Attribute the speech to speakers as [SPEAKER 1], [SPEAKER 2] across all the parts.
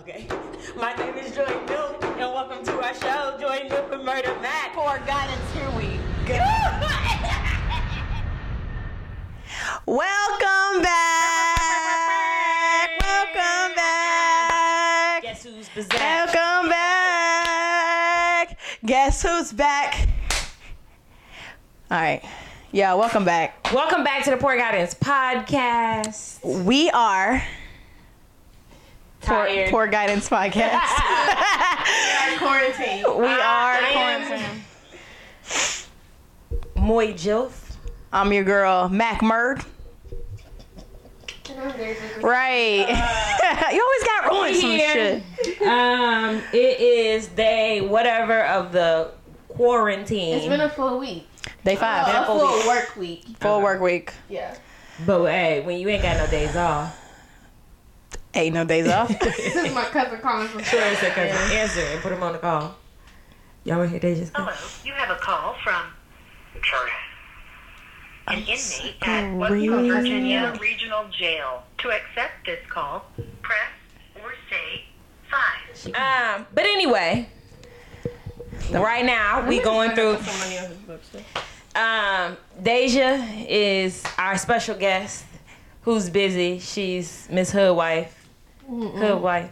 [SPEAKER 1] Okay. My name is Joy Milk, and welcome to our show, Joy Milk and Murder Mac.
[SPEAKER 2] For guidance, here we go.
[SPEAKER 3] Welcome back. Welcome back.
[SPEAKER 1] Guess who's possessed?
[SPEAKER 3] Welcome back. Guess who's back? All right. Yeah, welcome back.
[SPEAKER 1] Welcome back to the Poor Guidance Podcast.
[SPEAKER 3] We are Poor,
[SPEAKER 1] Tired.
[SPEAKER 3] Poor Guidance Podcast.
[SPEAKER 2] Quarantine.
[SPEAKER 3] we are
[SPEAKER 1] I am- Moy Jilf.
[SPEAKER 3] I'm your girl, Mac Murd. Right. you always got ruined some
[SPEAKER 1] here.
[SPEAKER 3] shit.
[SPEAKER 1] Um, it is day whatever of the quarantine.
[SPEAKER 2] It's been a full week.
[SPEAKER 3] Day five.
[SPEAKER 2] a
[SPEAKER 1] full
[SPEAKER 2] full work week.
[SPEAKER 3] Full work week.
[SPEAKER 2] Yeah.
[SPEAKER 1] but hey, when you ain't got no days off,
[SPEAKER 3] Ain't no days off.
[SPEAKER 2] This is my cousin calling from
[SPEAKER 1] sure it's your cousin. Answer and put him on the call. Y'all want to hear they just
[SPEAKER 4] Hello, you have a call from
[SPEAKER 5] Sorry.
[SPEAKER 4] an inmate at Western Virginia Regional Jail. To accept this call, press or say 5.
[SPEAKER 1] Um, but anyway, right now we going through.
[SPEAKER 2] Somebody else's books.
[SPEAKER 1] Um, Deja is our special guest, who's busy. She's Miss Hood wife. Hood wife.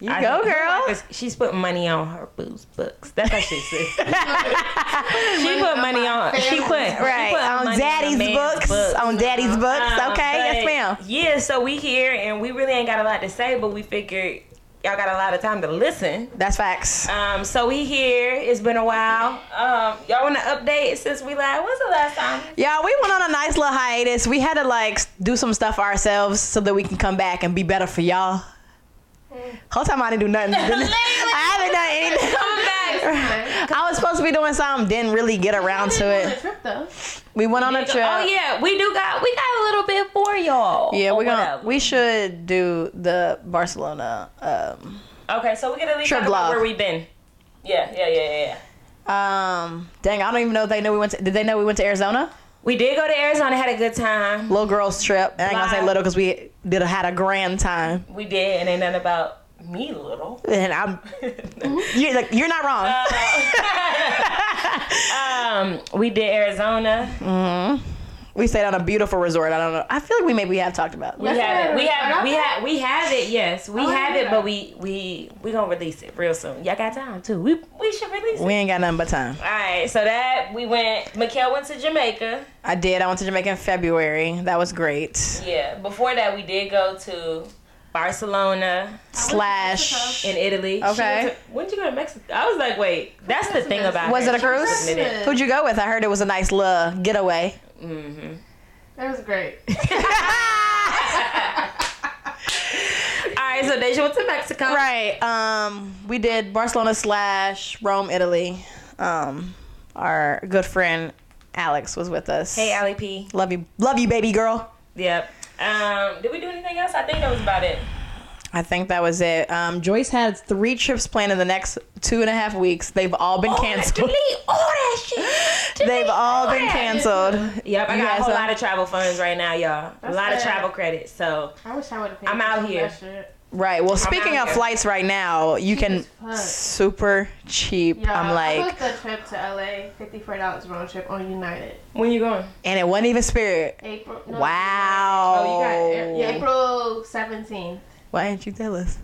[SPEAKER 3] you
[SPEAKER 1] I-
[SPEAKER 3] go,
[SPEAKER 1] Hood
[SPEAKER 3] girl.
[SPEAKER 1] wife is- She's putting money on her booze books. That's how she says. she put money on. She put
[SPEAKER 3] Right.
[SPEAKER 1] she put
[SPEAKER 3] On
[SPEAKER 1] money
[SPEAKER 3] daddy's
[SPEAKER 1] man's
[SPEAKER 3] books, Uh-huh. On daddy's books.
[SPEAKER 1] Um,
[SPEAKER 3] okay. Yes,
[SPEAKER 1] but
[SPEAKER 3] ma'am.
[SPEAKER 1] Yeah, so we here and we really ain't got a lot to say, but we figured y'all got a lot of time to listen.
[SPEAKER 3] That's facts.
[SPEAKER 1] Um, so we here. It's been a while. Um, y'all want to update since we last? When's the last time?
[SPEAKER 3] Yeah, we went on a nice little hiatus. We had to like s- do some stuff ourselves so that we can come back and be better for y'all. Whole time I didn't do nothing. I haven't done anything.
[SPEAKER 1] Come back.
[SPEAKER 3] I was supposed to be doing something, didn't really get around to
[SPEAKER 2] On a
[SPEAKER 3] it.
[SPEAKER 2] trip though.
[SPEAKER 3] We went on a trip.
[SPEAKER 1] Oh yeah, we do got we got a little bit for y'all.
[SPEAKER 3] Yeah,
[SPEAKER 1] Or
[SPEAKER 3] we're gonna
[SPEAKER 1] whatever.
[SPEAKER 3] we should do the Barcelona um
[SPEAKER 1] okay, so we can at least
[SPEAKER 3] Trip
[SPEAKER 1] talk about
[SPEAKER 3] blog.
[SPEAKER 1] where we've been. Yeah, yeah, yeah, yeah, yeah.
[SPEAKER 3] um dang, I don't even know if they knew we went to did they know we went to Arizona?
[SPEAKER 1] We did go to Arizona, had a good time.
[SPEAKER 3] Little girls trip. And I ain't gonna say
[SPEAKER 1] Wow.
[SPEAKER 3] little because we did a, had a grand time.
[SPEAKER 1] We did, and ain't nothing about me little.
[SPEAKER 3] And I'm you're like you're not wrong.
[SPEAKER 1] um, we did Arizona.
[SPEAKER 3] We stayed on a beautiful resort. I don't know. I feel like we maybe have talked about. it.
[SPEAKER 1] We have it. We have
[SPEAKER 2] Arizona.
[SPEAKER 1] we have we have it. Yes,
[SPEAKER 3] Oh,
[SPEAKER 1] we
[SPEAKER 2] I
[SPEAKER 1] have
[SPEAKER 2] didn't
[SPEAKER 1] it,
[SPEAKER 2] know
[SPEAKER 1] but we we we gonna release it real soon. Y'all got time too. We we should release
[SPEAKER 3] We
[SPEAKER 1] it.
[SPEAKER 3] ain't got nothing but time.
[SPEAKER 1] All right, so that we went. Mikkel went to Jamaica.
[SPEAKER 3] I did. I went to Jamaica in February. That was great.
[SPEAKER 1] Yeah. Before that, we did go to Barcelona
[SPEAKER 3] Slash.
[SPEAKER 1] in Italy. She
[SPEAKER 3] Okay.
[SPEAKER 1] went to- When did you go to Mexico? I was like, wait, that's the thing about
[SPEAKER 3] Was
[SPEAKER 1] her.
[SPEAKER 3] it a
[SPEAKER 1] She was
[SPEAKER 3] cruise?
[SPEAKER 1] admitted.
[SPEAKER 2] Christmas.
[SPEAKER 3] Who'd you go with? I heard it was a nice little getaway.
[SPEAKER 1] Mm-hmm.
[SPEAKER 2] That was great.
[SPEAKER 1] All right, so Deja went to Mexico.
[SPEAKER 3] right. Um, we did Barcelona slash Rome, Italy. Um, our good friend Alex was with us.
[SPEAKER 1] Hey, Allie P.
[SPEAKER 3] Love you, love you, baby girl.
[SPEAKER 1] Yep. Um, did we do anything else? I think that was about it.
[SPEAKER 3] I think that was it. Um, Joyce had three trips planned in the next two and a half weeks. They've all been
[SPEAKER 1] Oh,
[SPEAKER 3] canceled.
[SPEAKER 1] delete all that shit.
[SPEAKER 3] They've all been
[SPEAKER 1] that.
[SPEAKER 3] canceled.
[SPEAKER 1] Yep, I
[SPEAKER 3] You
[SPEAKER 1] got
[SPEAKER 3] guys
[SPEAKER 1] a whole
[SPEAKER 3] are-
[SPEAKER 1] lot of travel funds right now, y'all. a lot of
[SPEAKER 2] good.
[SPEAKER 1] travel credits. So
[SPEAKER 2] I wish I would have.
[SPEAKER 1] I'm out here.
[SPEAKER 3] Right. Well, speaking
[SPEAKER 1] out
[SPEAKER 3] of
[SPEAKER 1] here.
[SPEAKER 3] flights right now, you can
[SPEAKER 2] fuck.
[SPEAKER 3] super cheap. I'm
[SPEAKER 2] I
[SPEAKER 3] like,
[SPEAKER 2] booked a trip to LA, fifty-four dollars round trip on United.
[SPEAKER 1] when you going?
[SPEAKER 3] and it wasn't even Spirit.
[SPEAKER 2] April. no,
[SPEAKER 3] Wow.
[SPEAKER 1] Oh,
[SPEAKER 2] United. Yeah, April seventeenth.
[SPEAKER 3] Why didn't you tell us?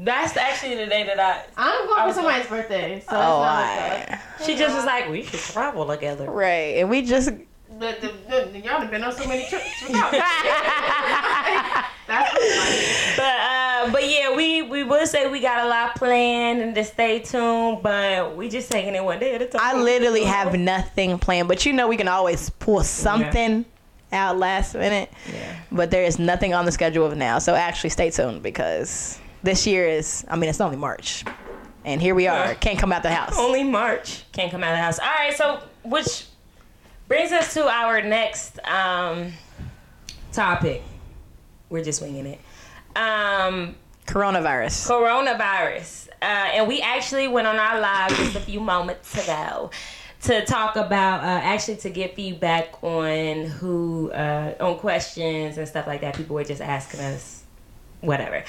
[SPEAKER 1] That's actually the day that I.
[SPEAKER 2] I'm going for somebody's birthday, so it's
[SPEAKER 3] Oh,
[SPEAKER 2] not like that.
[SPEAKER 3] I-
[SPEAKER 1] She just was like, we should travel together.
[SPEAKER 3] right. And we just
[SPEAKER 2] But the, the, y'all have been on so many trips. without me. That's what's
[SPEAKER 1] But uh, but yeah, we we would say we got a lot planned and to stay tuned. But we just taking it one day at a time.
[SPEAKER 3] I literally have nothing planned, but you know we can always pull something out last minute.
[SPEAKER 1] Yeah.
[SPEAKER 3] But there is nothing on the schedule of now. So actually stay tuned because this year is I mean it's only March. And here we are.
[SPEAKER 1] Yeah.
[SPEAKER 3] Can't come out the house.
[SPEAKER 1] Only March can't come out of the house. All right, so which brings us to our next um topic. We're just winging it. Um,
[SPEAKER 3] Coronavirus.
[SPEAKER 1] coronavirus. Uh, and we actually went on our live just a few moments ago to talk about uh, actually to get feedback on who uh, on questions and stuff like that. People were just asking us whatever.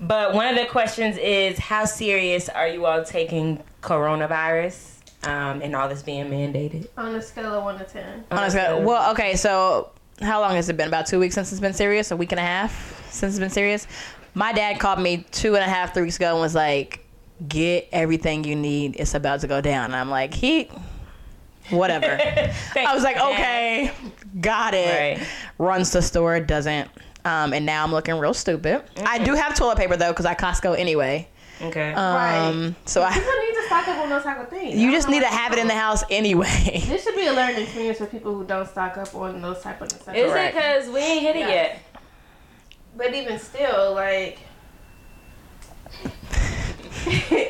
[SPEAKER 1] But one of the questions is how serious are you all taking coronavirus um, and all this being mandated? Um,
[SPEAKER 2] On a scale of one to ten.
[SPEAKER 3] Honestly, well, okay, so how long has it been? About two weeks since it's been serious? A week and a half since it's been serious? My dad called me two and a half, three weeks ago and was like, get everything you need. It's about to go down. And I'm like, he, whatever. I was like, okay, got it.
[SPEAKER 1] Right.
[SPEAKER 3] Runs to store, doesn't. Um, and now I'm looking real stupid. I do have toilet paper though, because I Costco anyway.
[SPEAKER 1] Okay.
[SPEAKER 3] Um, so
[SPEAKER 2] People
[SPEAKER 3] I,
[SPEAKER 2] need to stock up on those type of things. I
[SPEAKER 3] you
[SPEAKER 2] don't
[SPEAKER 3] just
[SPEAKER 2] know
[SPEAKER 3] need to
[SPEAKER 2] why-
[SPEAKER 3] have it in the house anyway.
[SPEAKER 2] This should be a learning experience for people who don't stock up on those type of necessities.
[SPEAKER 1] is it because we ain't hit it
[SPEAKER 2] Yeah.
[SPEAKER 1] yet?
[SPEAKER 2] But even still, like,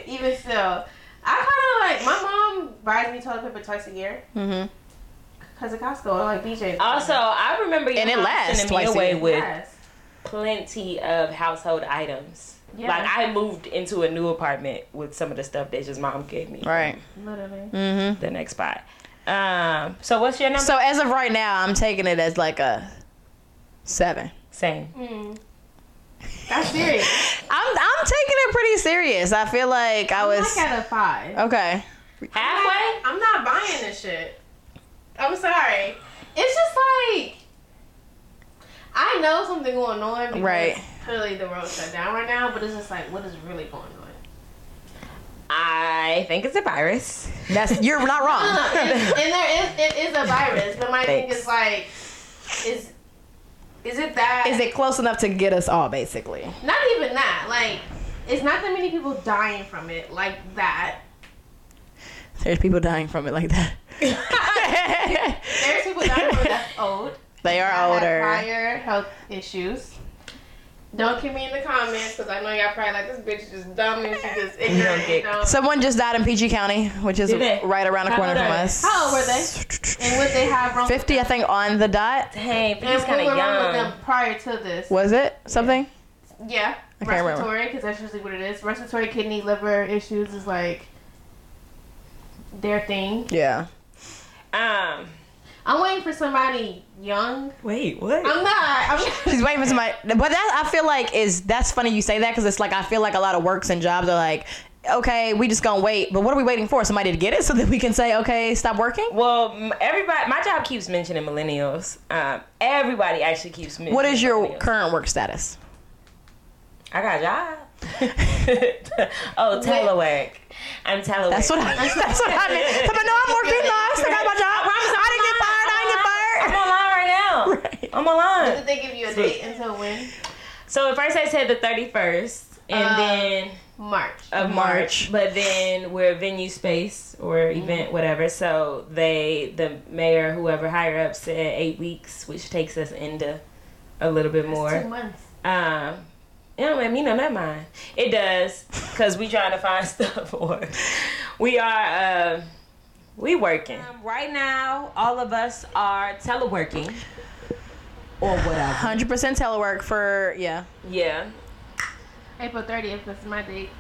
[SPEAKER 2] even still, I kind of like my mom buys me toilet paper twice a year
[SPEAKER 3] hmm
[SPEAKER 2] because of Costco or like BJ's.
[SPEAKER 1] Also, I remember you
[SPEAKER 3] And it
[SPEAKER 1] mom
[SPEAKER 3] lasts
[SPEAKER 1] sending me
[SPEAKER 3] twice a
[SPEAKER 1] away
[SPEAKER 3] year.
[SPEAKER 1] Oh, with
[SPEAKER 2] Yes.
[SPEAKER 1] plenty of household items.
[SPEAKER 2] Yeah.
[SPEAKER 1] Like I moved into a new apartment with some of the stuff that just mom gave me.
[SPEAKER 3] Right.
[SPEAKER 2] literally.
[SPEAKER 3] hmm
[SPEAKER 1] The next spot. Um. So what's your number?
[SPEAKER 3] So as of right now, I'm taking it as like a seven.
[SPEAKER 1] Same.
[SPEAKER 2] Mm. That's serious.
[SPEAKER 3] I'm I'm taking it pretty serious. I feel like I
[SPEAKER 2] I
[SPEAKER 3] was
[SPEAKER 2] was like at a five.
[SPEAKER 3] okay.
[SPEAKER 1] Halfway.
[SPEAKER 2] I'm not buying this shit. I'm sorry. It's just like I know something going on because
[SPEAKER 3] Right.
[SPEAKER 2] clearly the world shut down right now, but it's just like what is really going on?
[SPEAKER 1] I think it's a virus.
[SPEAKER 3] That's you're not
[SPEAKER 2] No, no,
[SPEAKER 3] wrong.
[SPEAKER 2] it's- and there is it is a virus, but my thing is
[SPEAKER 1] Thanks.
[SPEAKER 2] like is is it that
[SPEAKER 3] Is it close enough to get us all basically?
[SPEAKER 2] not even that, like it's not that many people dying from it like that.
[SPEAKER 3] There's people dying from it like that.
[SPEAKER 2] There's people dying from it that's old.
[SPEAKER 3] they
[SPEAKER 2] I
[SPEAKER 3] are
[SPEAKER 2] had
[SPEAKER 3] older.
[SPEAKER 2] Prior health issues. Don't keep me in the comments because I know y'all probably like this bitch is just dumb and she just ignorant.
[SPEAKER 1] don't
[SPEAKER 2] You
[SPEAKER 1] get-
[SPEAKER 2] know?
[SPEAKER 3] Someone just died in PG County, which is
[SPEAKER 1] Did they?
[SPEAKER 3] right around the
[SPEAKER 1] How
[SPEAKER 3] corner
[SPEAKER 1] old
[SPEAKER 3] from
[SPEAKER 1] are they?
[SPEAKER 3] us.
[SPEAKER 2] How old were they? and would they have wrong?
[SPEAKER 3] Fifty, I think, on the dot.
[SPEAKER 1] Dang, but
[SPEAKER 2] And
[SPEAKER 1] he's
[SPEAKER 2] what
[SPEAKER 1] kind of
[SPEAKER 2] went wrong with
[SPEAKER 1] young.
[SPEAKER 2] them prior to this?
[SPEAKER 3] Was it something?
[SPEAKER 2] Yeah,
[SPEAKER 3] I can't remember.
[SPEAKER 2] respiratory because that's usually what it is. Respiratory kidney liver issues is like their thing.
[SPEAKER 3] Yeah.
[SPEAKER 1] Um.
[SPEAKER 2] I'm waiting for somebody young.
[SPEAKER 1] Wait. What?
[SPEAKER 2] I'm not. I'm
[SPEAKER 3] She's waiting for somebody. But that I feel like is that's funny you say that because it's like I feel like a lot of works and jobs are like, okay, we just gonna wait. But what are we waiting for? Somebody to get it so that we can say, okay, stop working.
[SPEAKER 1] Well, m- everybody, my job keeps mentioning millennials. Um, everybody actually keeps mentioning.
[SPEAKER 3] What is your
[SPEAKER 1] millennials.
[SPEAKER 3] current work status?
[SPEAKER 1] I got a job. oh, telework. I'm telework.
[SPEAKER 3] That's what I. That's what I meant. Somebody, no, I'm working. No, I still got my job. I
[SPEAKER 1] I'm
[SPEAKER 3] didn't get fired.
[SPEAKER 1] online right now.
[SPEAKER 3] I didn't get fired.
[SPEAKER 1] I'm online.
[SPEAKER 2] Did they give you a
[SPEAKER 1] Sweet.
[SPEAKER 2] date until when?
[SPEAKER 1] So at first I said the 31st, and
[SPEAKER 2] Uh,
[SPEAKER 1] then
[SPEAKER 2] March.
[SPEAKER 1] of March. Mm-hmm.
[SPEAKER 3] March.
[SPEAKER 1] But then we're venue space or event, whatever. So they, the mayor, whoever higher up, said eight weeks, which takes us into a little bit more.
[SPEAKER 2] Two months.
[SPEAKER 1] Um, it don't make me know that mind. It does, cause we trying to find stuff for. it. We are, uh, we working. Um, right now, all of us are teleworking, or whatever.
[SPEAKER 3] Hundred percent telework for yeah,
[SPEAKER 1] Yeah.
[SPEAKER 2] April 30th. That's my date.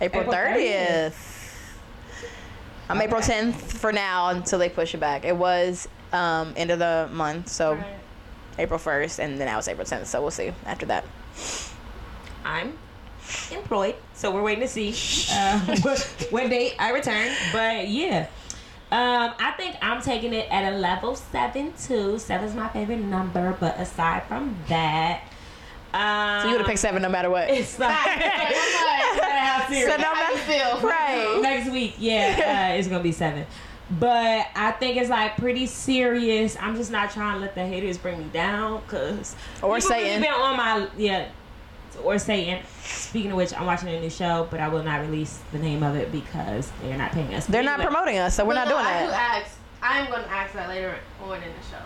[SPEAKER 3] April
[SPEAKER 1] April 30th.
[SPEAKER 3] thirtieth. I'm April 10th for now until they push it back. It was um, end of the month, so
[SPEAKER 2] Right.
[SPEAKER 3] April 1st, and then now it's April 10th, so we'll see after that.
[SPEAKER 1] I'm employed, so we're waiting to see uh, what date I return. But yeah, um, I think I'm taking it at a level seven too. Seven's my favorite number, but aside from that, um,
[SPEAKER 3] So you would have picked seven no matter what.
[SPEAKER 1] It's like
[SPEAKER 3] So no
[SPEAKER 2] How
[SPEAKER 3] matter-
[SPEAKER 2] you feel?
[SPEAKER 3] right.
[SPEAKER 1] next week. Yeah, uh, it's gonna be seven. But I think it's like pretty serious. I'm just not trying to let the haters bring me down, cause
[SPEAKER 3] Or
[SPEAKER 1] people really
[SPEAKER 3] Satan.
[SPEAKER 1] been on my yeah, or Satan. Speaking of which, I'm watching a new show, but I will not release the name of it because they're not paying us.
[SPEAKER 3] They're not
[SPEAKER 1] Anyway.
[SPEAKER 3] promoting us, so we're
[SPEAKER 2] No,
[SPEAKER 3] not
[SPEAKER 2] no,
[SPEAKER 3] doing
[SPEAKER 2] I do
[SPEAKER 3] that.
[SPEAKER 2] ask. I'm going to ask that later on in the show.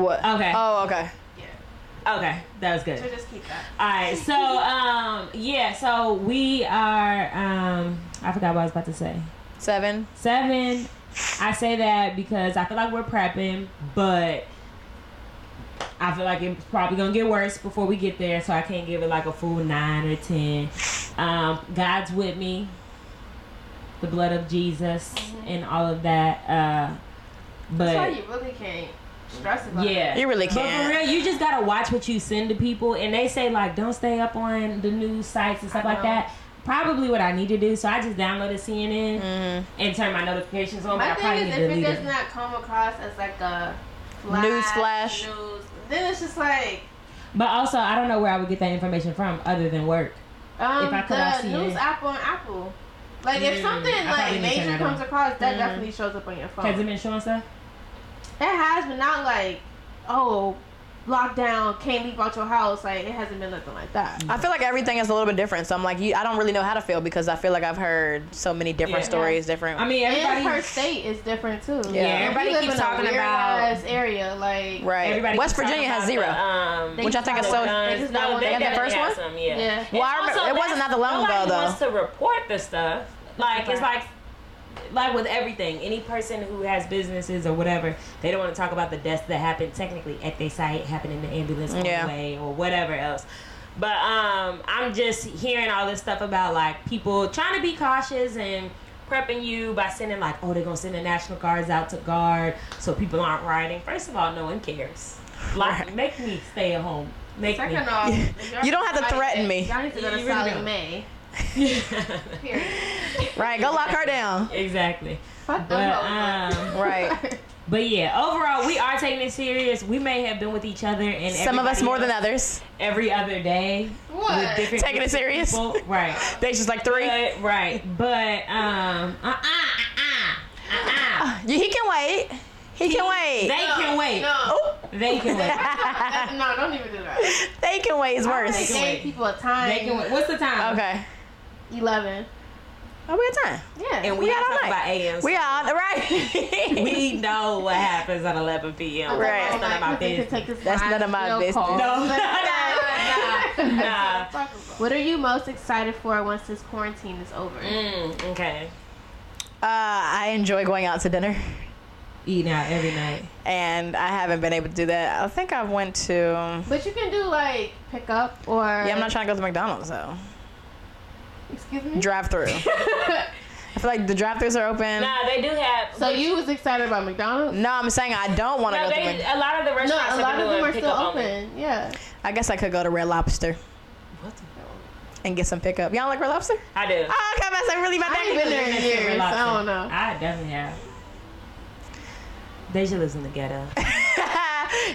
[SPEAKER 3] What?
[SPEAKER 1] Okay.
[SPEAKER 3] Oh, okay.
[SPEAKER 2] Yeah.
[SPEAKER 1] Okay, that was good.
[SPEAKER 2] So just keep that.
[SPEAKER 1] All right, so um, yeah, so we are um, I forgot what I was about to say.
[SPEAKER 3] Seven.
[SPEAKER 1] Seven, I say that because I feel like we're prepping, but I feel like it's probably gonna get worse before we get there, so I can't give it like a full nine or ten. Um, God's with me, the blood of Jesus, and all of that. Uh,
[SPEAKER 2] Mm-hmm. That's why
[SPEAKER 1] but
[SPEAKER 2] you really can't stress about it.
[SPEAKER 1] Yeah.
[SPEAKER 3] You really
[SPEAKER 1] But for
[SPEAKER 3] can't.
[SPEAKER 1] real, you just gotta watch what you send to people, and they say like, don't stay up on the news sites and stuff
[SPEAKER 2] I
[SPEAKER 1] like
[SPEAKER 2] know.
[SPEAKER 1] that. Probably what I need to do. So I just downloaded CNN
[SPEAKER 3] Mm-hmm.
[SPEAKER 1] and turned my notifications on.
[SPEAKER 2] Mm. My
[SPEAKER 1] but I probably
[SPEAKER 2] thing
[SPEAKER 1] need
[SPEAKER 2] is,
[SPEAKER 1] to
[SPEAKER 2] if it
[SPEAKER 1] delete
[SPEAKER 2] does
[SPEAKER 1] it.
[SPEAKER 2] not come across as like a flash,
[SPEAKER 3] News flash.
[SPEAKER 2] news, then it's just like
[SPEAKER 1] But also, I don't know where I would get that information from other than work.
[SPEAKER 2] um,
[SPEAKER 1] If I could, I
[SPEAKER 2] the
[SPEAKER 1] see
[SPEAKER 2] news
[SPEAKER 1] it.
[SPEAKER 2] app on Apple. Like if
[SPEAKER 1] Mm,
[SPEAKER 2] something
[SPEAKER 1] I probably
[SPEAKER 2] like
[SPEAKER 1] need to turn
[SPEAKER 2] major
[SPEAKER 1] that
[SPEAKER 2] comes
[SPEAKER 1] on.
[SPEAKER 2] across, that definitely shows up on your phone.
[SPEAKER 1] Has it been showing stuff?
[SPEAKER 2] It has, but not like, oh, lockdown, can't leave out your house. Like, it hasn't been nothing like that.
[SPEAKER 3] I feel like everything is a little bit different. So I'm like, you, I don't really know how to feel because I feel like I've heard so many different
[SPEAKER 1] Yeah.
[SPEAKER 3] stories, different.
[SPEAKER 1] I mean,
[SPEAKER 2] And per
[SPEAKER 1] everybody.
[SPEAKER 2] state is different too.
[SPEAKER 3] Yeah,
[SPEAKER 1] everybody
[SPEAKER 2] If you live
[SPEAKER 1] keeps
[SPEAKER 2] in a
[SPEAKER 1] talking
[SPEAKER 2] weird
[SPEAKER 1] about-
[SPEAKER 2] ass area. Like,
[SPEAKER 3] right.
[SPEAKER 1] Everybody
[SPEAKER 3] West
[SPEAKER 1] keeps
[SPEAKER 3] Virginia
[SPEAKER 1] talking about
[SPEAKER 3] has zero.
[SPEAKER 1] The, um,
[SPEAKER 2] They
[SPEAKER 3] Which I think
[SPEAKER 2] keep
[SPEAKER 3] is
[SPEAKER 2] talking
[SPEAKER 3] so-
[SPEAKER 2] about
[SPEAKER 1] guns.
[SPEAKER 2] guns.
[SPEAKER 1] No,
[SPEAKER 2] They
[SPEAKER 1] they
[SPEAKER 3] had that
[SPEAKER 1] definitely
[SPEAKER 3] first
[SPEAKER 1] had
[SPEAKER 3] one?
[SPEAKER 1] some, yeah.
[SPEAKER 2] Yeah.
[SPEAKER 3] Well, I remember-
[SPEAKER 1] Also,
[SPEAKER 3] it wasn't
[SPEAKER 1] that's-
[SPEAKER 3] not that long
[SPEAKER 1] nobody
[SPEAKER 3] ago, though.
[SPEAKER 1] Wants to report the stuff. Like it's like, like with everything, any person who has businesses or whatever, they don't want to talk about the deaths that happened technically at their site, happened in the ambulance on
[SPEAKER 3] Yeah.
[SPEAKER 1] the way or whatever else. But um, I'm just hearing all this stuff about like people trying to be cautious and prepping you by sending like, oh, they're gonna send the national guards out to guard so people aren't rioting. First of all, no one cares. Like,
[SPEAKER 3] Right.
[SPEAKER 1] make me stay at home. Make me.
[SPEAKER 2] Second off, if y'all
[SPEAKER 3] You don't have to
[SPEAKER 2] fight
[SPEAKER 3] threaten
[SPEAKER 2] it,
[SPEAKER 3] me.
[SPEAKER 2] Y'all need to go to
[SPEAKER 1] You really
[SPEAKER 2] Sally
[SPEAKER 1] don't.
[SPEAKER 2] Mae. Period.
[SPEAKER 3] right. Go lock her down.
[SPEAKER 1] exactly.
[SPEAKER 2] Fuck them
[SPEAKER 1] But
[SPEAKER 2] hoes, man.
[SPEAKER 1] um,
[SPEAKER 3] Right.
[SPEAKER 1] but yeah, overall we are taking it serious. We may have been with each other and
[SPEAKER 3] Some of us
[SPEAKER 1] everybody
[SPEAKER 3] more than
[SPEAKER 1] else
[SPEAKER 3] others.
[SPEAKER 1] every other day with
[SPEAKER 2] What?
[SPEAKER 1] different
[SPEAKER 3] Taking it
[SPEAKER 1] groups of
[SPEAKER 3] serious.
[SPEAKER 1] people. right?
[SPEAKER 3] They just like three.
[SPEAKER 1] But, right, but um, uh, uh, uh, uh, uh,
[SPEAKER 3] Ah, Yeah, he can wait. He, can
[SPEAKER 1] they
[SPEAKER 3] wait.
[SPEAKER 1] can wait.
[SPEAKER 2] No.
[SPEAKER 3] oh,
[SPEAKER 1] They can wait.
[SPEAKER 2] Uh, no, don't even do that.
[SPEAKER 3] they can wait is
[SPEAKER 2] They
[SPEAKER 3] worse.
[SPEAKER 1] can wait.
[SPEAKER 2] gave people a time.
[SPEAKER 1] They can wait. What's the time?
[SPEAKER 3] Okay.
[SPEAKER 2] 11.
[SPEAKER 3] Oh, we got time.
[SPEAKER 2] Yeah.
[SPEAKER 1] And we
[SPEAKER 3] We
[SPEAKER 1] are
[SPEAKER 3] out all
[SPEAKER 1] talking
[SPEAKER 3] night.
[SPEAKER 1] about AM.
[SPEAKER 3] We on right.
[SPEAKER 1] we know what happens at 11 p.m.
[SPEAKER 3] Right.
[SPEAKER 1] That's none of my business.
[SPEAKER 3] That's none of my business.
[SPEAKER 1] No. Nah.
[SPEAKER 2] What are you most excited for once this quarantine is over?
[SPEAKER 1] Mm, okay.
[SPEAKER 3] uh, I enjoy going out to dinner,
[SPEAKER 1] Eating out every night.
[SPEAKER 3] and I haven't been able to do that. I think I went to. Yeah,
[SPEAKER 2] But you can do like pick up or
[SPEAKER 3] I'm not trying to go to McDonald's though.
[SPEAKER 2] Excuse me.
[SPEAKER 3] Drive through. I feel like the drive-throughs are open.
[SPEAKER 1] Nah, they do have.
[SPEAKER 2] So you was excited about McDonald's?
[SPEAKER 3] No, I'm saying I don't want to
[SPEAKER 1] No,
[SPEAKER 3] go to.
[SPEAKER 1] they,
[SPEAKER 3] Mc-
[SPEAKER 1] a lot of the
[SPEAKER 2] No,
[SPEAKER 1] restaurants
[SPEAKER 2] a lot
[SPEAKER 1] are
[SPEAKER 2] of them
[SPEAKER 1] doing
[SPEAKER 2] are
[SPEAKER 1] pick
[SPEAKER 2] still
[SPEAKER 1] up only.
[SPEAKER 2] open. Yeah.
[SPEAKER 3] I guess I could go to Red Lobster
[SPEAKER 1] What the?
[SPEAKER 3] and get some pickup. Y'all like Red Lobster?
[SPEAKER 1] I do.
[SPEAKER 3] Oh, okay, that's really my
[SPEAKER 2] I ain't been
[SPEAKER 3] thing.
[SPEAKER 2] there in years.
[SPEAKER 1] Lobster.
[SPEAKER 2] I don't know.
[SPEAKER 1] I definitely have. Deja lives in the ghetto.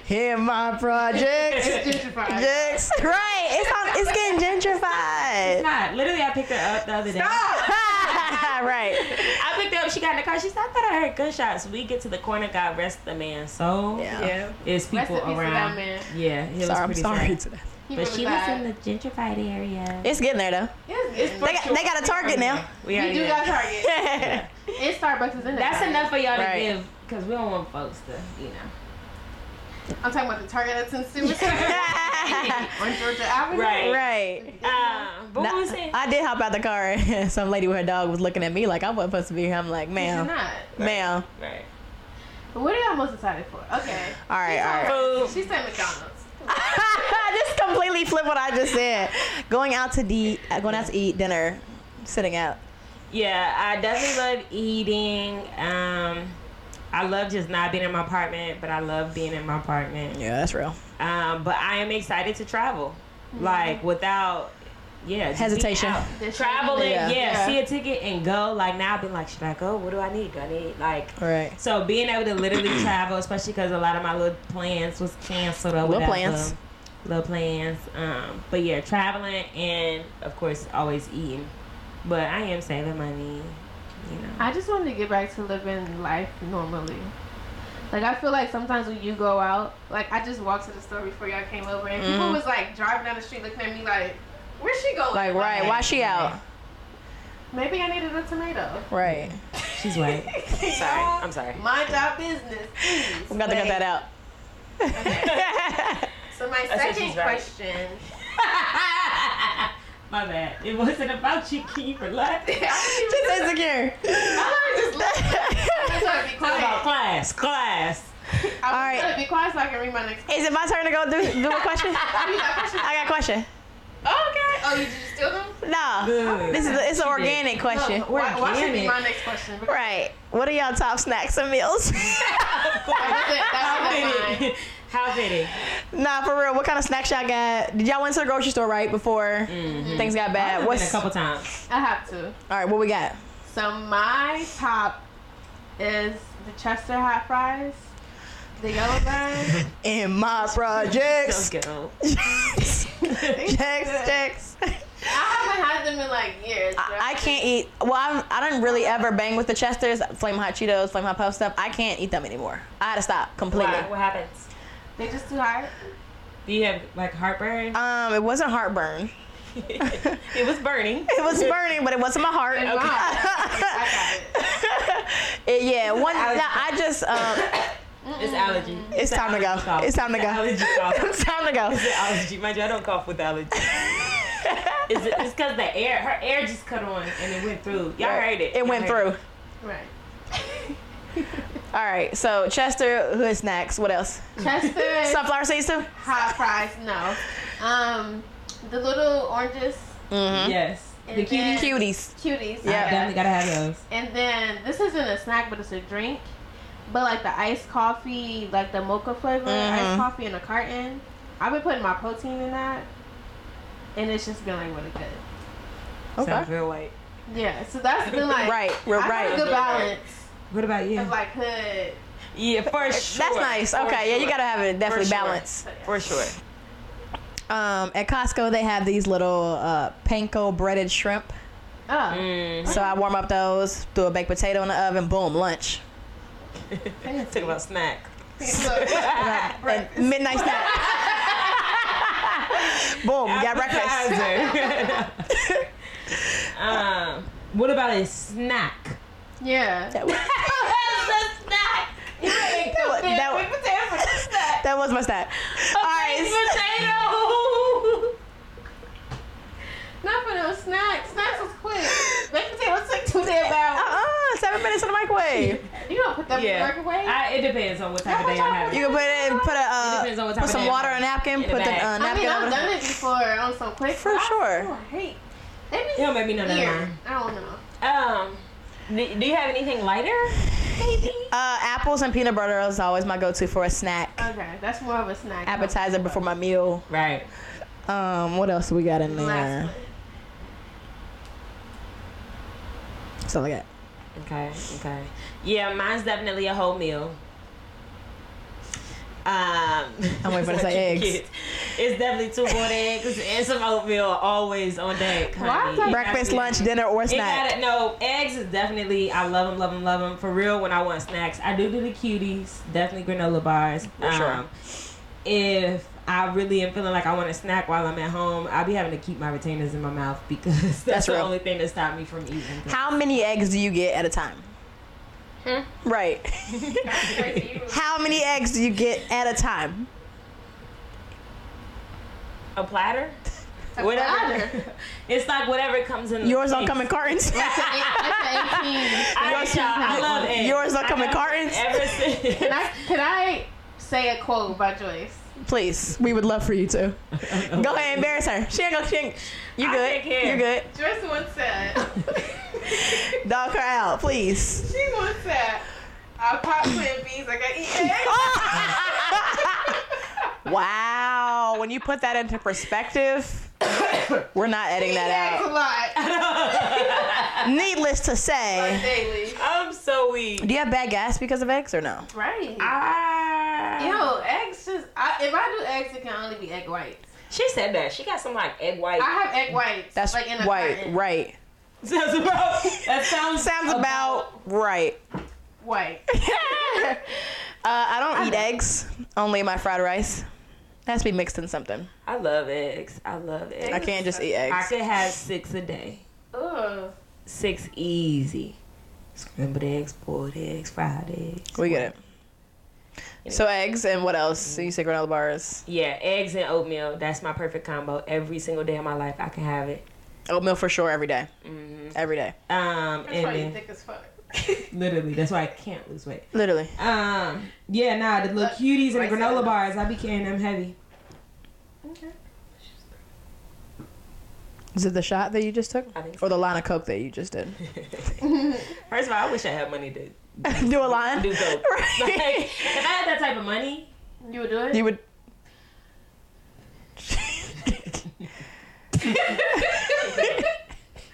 [SPEAKER 3] Here, my projects.
[SPEAKER 2] It's gentrified.
[SPEAKER 3] Yes, right. It's on, it's getting
[SPEAKER 1] It's
[SPEAKER 3] gentrified.
[SPEAKER 1] not. Literally, I picked her up the other day.
[SPEAKER 3] right.
[SPEAKER 1] I picked her up. She got in the car. She said, I thought I heard gunshots. We get to the corner. God rest the man. So,
[SPEAKER 3] Yeah.
[SPEAKER 1] it's
[SPEAKER 2] Rest
[SPEAKER 1] people
[SPEAKER 2] in peace to that
[SPEAKER 1] around.
[SPEAKER 2] man.
[SPEAKER 1] Yeah, it was
[SPEAKER 3] Sorry, I'm
[SPEAKER 1] pretty
[SPEAKER 3] sorry.
[SPEAKER 1] sad.
[SPEAKER 3] to that.
[SPEAKER 2] He
[SPEAKER 1] But
[SPEAKER 2] really
[SPEAKER 1] she lives
[SPEAKER 2] bad.
[SPEAKER 1] in the gentrified area.
[SPEAKER 3] It's getting there though.
[SPEAKER 2] It's, it's
[SPEAKER 3] They got, they got a Target now.
[SPEAKER 1] we
[SPEAKER 2] You
[SPEAKER 1] already
[SPEAKER 2] do
[SPEAKER 1] there.
[SPEAKER 2] got Target.
[SPEAKER 3] yeah.
[SPEAKER 2] And Starbucks is in there.
[SPEAKER 1] That's enough for y'all
[SPEAKER 3] Right.
[SPEAKER 1] to give because we don't want folks to, you know.
[SPEAKER 2] I'm talking about the Target that's in Stuyvesant on Georgia Avenue.
[SPEAKER 1] Right.
[SPEAKER 3] right.
[SPEAKER 1] Um, but
[SPEAKER 3] Nah,
[SPEAKER 1] what was it?
[SPEAKER 3] I did hop out the car and some lady with her dog was looking at me like I wasn't supposed to be here. I'm like,
[SPEAKER 2] You're
[SPEAKER 3] ma'am,
[SPEAKER 2] not.
[SPEAKER 3] ma'am.
[SPEAKER 1] Right.
[SPEAKER 2] But what are y'all most excited for? Okay.
[SPEAKER 3] All right, all right.
[SPEAKER 1] Food.
[SPEAKER 2] She said McDonald's.
[SPEAKER 3] just completely flip what I just said. Going out to eat, going out to eat dinner, sitting out.
[SPEAKER 1] Yeah, I definitely love eating. Um, I love just not being in my apartment, but I love being in my apartment.
[SPEAKER 3] Yeah, that's real.
[SPEAKER 1] Um, but I am excited to travel, like without, yeah, just being
[SPEAKER 3] Hesitation.
[SPEAKER 1] out.
[SPEAKER 2] This
[SPEAKER 1] Traveling,
[SPEAKER 3] Yeah.
[SPEAKER 1] yeah.
[SPEAKER 2] Yeah.
[SPEAKER 1] see a ticket and go. Like now, I've been like, should I go? What do I need? Do I need like?
[SPEAKER 3] All right.
[SPEAKER 1] So being able to literally travel, especially because a lot of my little plans was canceled or
[SPEAKER 3] Little
[SPEAKER 1] whatever.
[SPEAKER 3] plans.
[SPEAKER 1] Little plans. Um, but yeah, traveling and of course always eating. But I am saving money. You know.
[SPEAKER 2] I just wanted to get back to living life normally. Like I feel like sometimes when you go out, like I just walked to the store before y'all came over, and people was like driving down the street looking at me like, "Where's she going?"
[SPEAKER 3] Like, right. Why she out?
[SPEAKER 2] Maybe I needed a tomato.
[SPEAKER 3] Right.
[SPEAKER 1] She's white. sorry. I'm sorry.
[SPEAKER 2] Mind your business, please.
[SPEAKER 3] We got to cut that out.
[SPEAKER 2] So my
[SPEAKER 1] said
[SPEAKER 2] second
[SPEAKER 1] she's right.
[SPEAKER 2] question.
[SPEAKER 1] My bad. It wasn't about you, keep or luck. It's
[SPEAKER 3] Just insecure.
[SPEAKER 2] I just I'm trying to be
[SPEAKER 1] about
[SPEAKER 2] quiet.
[SPEAKER 1] class, class.
[SPEAKER 2] I'm
[SPEAKER 3] All right.
[SPEAKER 2] trying to be quiet so I can read my next.
[SPEAKER 3] Is it my turn to go do, do a question?
[SPEAKER 2] You got questions?
[SPEAKER 3] I got a question.
[SPEAKER 2] Oh, okay. Oh, you, did you steal them?
[SPEAKER 3] Nah,
[SPEAKER 1] Good.
[SPEAKER 3] this is it's an organic question.
[SPEAKER 2] Look, why, why should be
[SPEAKER 1] organic.
[SPEAKER 2] my next question? Because
[SPEAKER 3] Right. What are y'all top snacks and meals?
[SPEAKER 2] That's it.
[SPEAKER 1] How
[SPEAKER 2] That's it.
[SPEAKER 1] fitting. How fitting.
[SPEAKER 3] nah, for real. What kind of snacks y'all got? Did y'all went to the grocery store right before things got bad?
[SPEAKER 1] I've been a
[SPEAKER 3] What's all
[SPEAKER 1] couple times.
[SPEAKER 2] I have to.
[SPEAKER 3] right? What we got?
[SPEAKER 2] So my top is the Chester hot fries, the yellow bun.
[SPEAKER 3] In my
[SPEAKER 1] Let's
[SPEAKER 3] projects,
[SPEAKER 1] go.
[SPEAKER 3] checks, checks.
[SPEAKER 2] I haven't had them in like years. but
[SPEAKER 3] I can't eat. Well, I'm, I didn't really ever bang with the Chesters, flame hot Cheetos, flame hot puff stuff. I can't eat them anymore. I had to stop completely.
[SPEAKER 1] Why? What happens?
[SPEAKER 2] They just too hot.
[SPEAKER 1] Do you have like heartburn?
[SPEAKER 3] Um, it wasn't heartburn.
[SPEAKER 1] it was burning.
[SPEAKER 3] It was burning, but it wasn't my heart.
[SPEAKER 2] Wow. I got it.
[SPEAKER 3] It- yeah, one.
[SPEAKER 1] allergy.
[SPEAKER 3] nah, I just. Um,
[SPEAKER 1] It's allergy.
[SPEAKER 3] it's time to go.
[SPEAKER 1] cough.
[SPEAKER 3] It's time to
[SPEAKER 1] It's an
[SPEAKER 3] go.
[SPEAKER 1] allergy cough.
[SPEAKER 3] It's time to go.
[SPEAKER 1] It's an allergy. Mind you, I don't cough with allergy. It's it's because the air, her air just cut on and it went through. Y'all heard it.
[SPEAKER 3] It went
[SPEAKER 1] Y'all heard
[SPEAKER 3] through.
[SPEAKER 2] Right.
[SPEAKER 3] All right. So Chester hood snacks. What else?
[SPEAKER 2] Chester
[SPEAKER 3] Sunflower seeds too.
[SPEAKER 2] hot fries. No. Um, the little oranges,
[SPEAKER 1] it. Yes. The
[SPEAKER 2] And then-
[SPEAKER 1] cutie.
[SPEAKER 3] Mm-hmm. Cuties.
[SPEAKER 2] cuties.
[SPEAKER 1] Yeah,
[SPEAKER 2] I
[SPEAKER 1] definitely
[SPEAKER 2] got.
[SPEAKER 1] gotta have those.
[SPEAKER 2] And then this isn't a snack, but it's a drink. But like the iced coffee, like the mocha flavor,
[SPEAKER 3] Mhm.
[SPEAKER 2] iced coffee in a carton. I've been putting my protein in that, and it's just been like really good.
[SPEAKER 1] Sounds real white.
[SPEAKER 2] Yeah. So that's been like
[SPEAKER 3] Right. We're
[SPEAKER 2] I
[SPEAKER 3] right.
[SPEAKER 2] have a good balance
[SPEAKER 1] What about you?
[SPEAKER 2] of like hood.
[SPEAKER 1] Yeah, for sure.
[SPEAKER 3] That's nice.
[SPEAKER 1] For
[SPEAKER 3] Okay. Yeah, you
[SPEAKER 1] sure.
[SPEAKER 3] gotta have it. Definitely
[SPEAKER 1] For sure.
[SPEAKER 3] balance.
[SPEAKER 1] For sure.
[SPEAKER 3] Um, at Costco they have these little uh, panko breaded shrimp.
[SPEAKER 1] Mm-hmm.
[SPEAKER 2] Oh,
[SPEAKER 1] Mm.
[SPEAKER 3] So I warm up those, throw a baked potato in the oven, boom, lunch.
[SPEAKER 1] Talk about snack. Mm.
[SPEAKER 3] And midnight snack. boom, you got breakfast.
[SPEAKER 1] Appetizer. um, what about a snack?
[SPEAKER 2] yeah.
[SPEAKER 3] That was,
[SPEAKER 2] snack.
[SPEAKER 3] that was- that was- that was my snack. All right.
[SPEAKER 1] Potato.
[SPEAKER 2] Not for no snacks. Snacks was quick. Baked potatoes took two damn hours.
[SPEAKER 3] Uh-uh, seven minutes in the microwave.
[SPEAKER 2] You don't put them
[SPEAKER 1] Yeah.
[SPEAKER 2] in the microwave.
[SPEAKER 1] I, it depends on what type of day I'm having.
[SPEAKER 3] You can put it, put a,
[SPEAKER 1] It depends on
[SPEAKER 3] uh,
[SPEAKER 1] what
[SPEAKER 3] put
[SPEAKER 1] type of
[SPEAKER 3] some
[SPEAKER 1] day
[SPEAKER 3] water
[SPEAKER 1] it
[SPEAKER 3] on a
[SPEAKER 1] is.
[SPEAKER 3] napkin,
[SPEAKER 1] In a
[SPEAKER 3] put the
[SPEAKER 1] bag.
[SPEAKER 3] uh,
[SPEAKER 1] I
[SPEAKER 2] I
[SPEAKER 3] napkin
[SPEAKER 2] mean, I've
[SPEAKER 3] over.
[SPEAKER 2] done it before on some quick.
[SPEAKER 3] For
[SPEAKER 2] but I
[SPEAKER 3] sure.
[SPEAKER 2] still hate. They be
[SPEAKER 1] It don't make me none of
[SPEAKER 2] weird.
[SPEAKER 1] mine.
[SPEAKER 2] I don't know.
[SPEAKER 1] Um, do, do you have anything lighter? Maybe.
[SPEAKER 3] Uh, apples and peanut butter is always my go-to for a snack.
[SPEAKER 2] Okay, that's more of a snack.
[SPEAKER 3] Appetizer before my meal.
[SPEAKER 1] Right.
[SPEAKER 3] Um, what else we got in
[SPEAKER 2] The last
[SPEAKER 3] there?
[SPEAKER 2] one.
[SPEAKER 3] Stuff like that.
[SPEAKER 1] Okay. Okay. Yeah, mine's definitely a whole meal. Um,
[SPEAKER 3] I'm waiting for to say eggs.
[SPEAKER 1] Kids. It's definitely two boiled eggs and some oatmeal always on deck.
[SPEAKER 2] Why
[SPEAKER 1] honey.
[SPEAKER 2] is that-
[SPEAKER 1] It gotta
[SPEAKER 3] Breakfast,
[SPEAKER 1] be-
[SPEAKER 3] lunch, dinner, or
[SPEAKER 1] It
[SPEAKER 3] snack.
[SPEAKER 1] gotta, no, eggs is definitely, I love them, love them, love them. For real, when I want snacks, I do do the cuties, definitely granola bars. Um,
[SPEAKER 3] For sure.
[SPEAKER 1] If I really am feeling like I want a snack while I'm at home, I'll be having to keep my retainers in my mouth because that's, the
[SPEAKER 3] real.
[SPEAKER 1] only thing that stopped me from eating. things.
[SPEAKER 3] How many eggs do you get at a time? Right. How many eggs do you get at a time?
[SPEAKER 1] A platter?
[SPEAKER 2] A platter?
[SPEAKER 1] it's like whatever comes in. the
[SPEAKER 3] Yours don't
[SPEAKER 1] plate.
[SPEAKER 3] come in cartons.
[SPEAKER 2] That's an 18.
[SPEAKER 1] I,
[SPEAKER 3] yours-
[SPEAKER 1] y'all, I love eggs.
[SPEAKER 3] yours don't
[SPEAKER 1] I
[SPEAKER 3] come in
[SPEAKER 1] have
[SPEAKER 3] cartons?
[SPEAKER 1] Ever since.
[SPEAKER 2] Can I, can I say a quote by Joyce?
[SPEAKER 3] Please, we would love for you to. Go ahead, embarrass her. She ain't gonna. She ain't, you
[SPEAKER 1] I
[SPEAKER 3] good?
[SPEAKER 1] take care.
[SPEAKER 3] You good?
[SPEAKER 2] Joyce once said,
[SPEAKER 3] Dog her out, please.
[SPEAKER 2] she once said, I pop plant beans like I eat
[SPEAKER 3] wow. When you put that into perspective, we're not editing that out.
[SPEAKER 2] a lot
[SPEAKER 3] Needless to say,
[SPEAKER 2] daily.
[SPEAKER 1] I'm so weak.
[SPEAKER 3] do you have bad gas because of eggs or no?
[SPEAKER 2] Right.
[SPEAKER 3] Ah.
[SPEAKER 1] I...
[SPEAKER 2] Yo, eggs just, I, if I do eggs, it can only be egg whites.
[SPEAKER 1] She said that. She got some like egg white.
[SPEAKER 2] I have egg whites.
[SPEAKER 3] That's
[SPEAKER 2] like in a
[SPEAKER 3] right.
[SPEAKER 2] carton.
[SPEAKER 3] Right.
[SPEAKER 1] Sounds about. That sounds
[SPEAKER 3] Sounds about right.
[SPEAKER 2] White.
[SPEAKER 3] uh, I don't eat eggs. Only my fried rice. It has to be mixed in something.
[SPEAKER 1] I love eggs. I love eggs.
[SPEAKER 3] I can't just eat
[SPEAKER 1] I
[SPEAKER 3] eggs.
[SPEAKER 1] could have six a day.
[SPEAKER 2] Ugh.
[SPEAKER 1] Six easy. Scrambled eggs, boiled eggs, fried eggs.
[SPEAKER 3] We get it. So eggs and what else? So you say granola bars,
[SPEAKER 1] Yeah, eggs and oatmeal. That's my perfect combo. Every single day of my life, I can have it.
[SPEAKER 3] oatmeal for sure every day.
[SPEAKER 1] Mm-hmm.
[SPEAKER 3] Every day,
[SPEAKER 1] Um,
[SPEAKER 2] That's
[SPEAKER 1] and
[SPEAKER 2] why you
[SPEAKER 1] then,
[SPEAKER 2] thick as fuck.
[SPEAKER 1] literally, that's why I can't lose weight.
[SPEAKER 3] literally.
[SPEAKER 1] Um, yeah, nah, the little cuties and the
[SPEAKER 2] Rice
[SPEAKER 1] granola
[SPEAKER 2] and-
[SPEAKER 1] bars, I be carrying them heavy.
[SPEAKER 3] Is it the shot that you just took,
[SPEAKER 1] I think so.
[SPEAKER 3] or the line of coke that you just did?
[SPEAKER 1] First of all, I wish I had money to
[SPEAKER 3] Do a line.
[SPEAKER 1] do dope. Like,
[SPEAKER 3] Right.
[SPEAKER 1] if I had that type of money,
[SPEAKER 2] You would do it?
[SPEAKER 3] You would.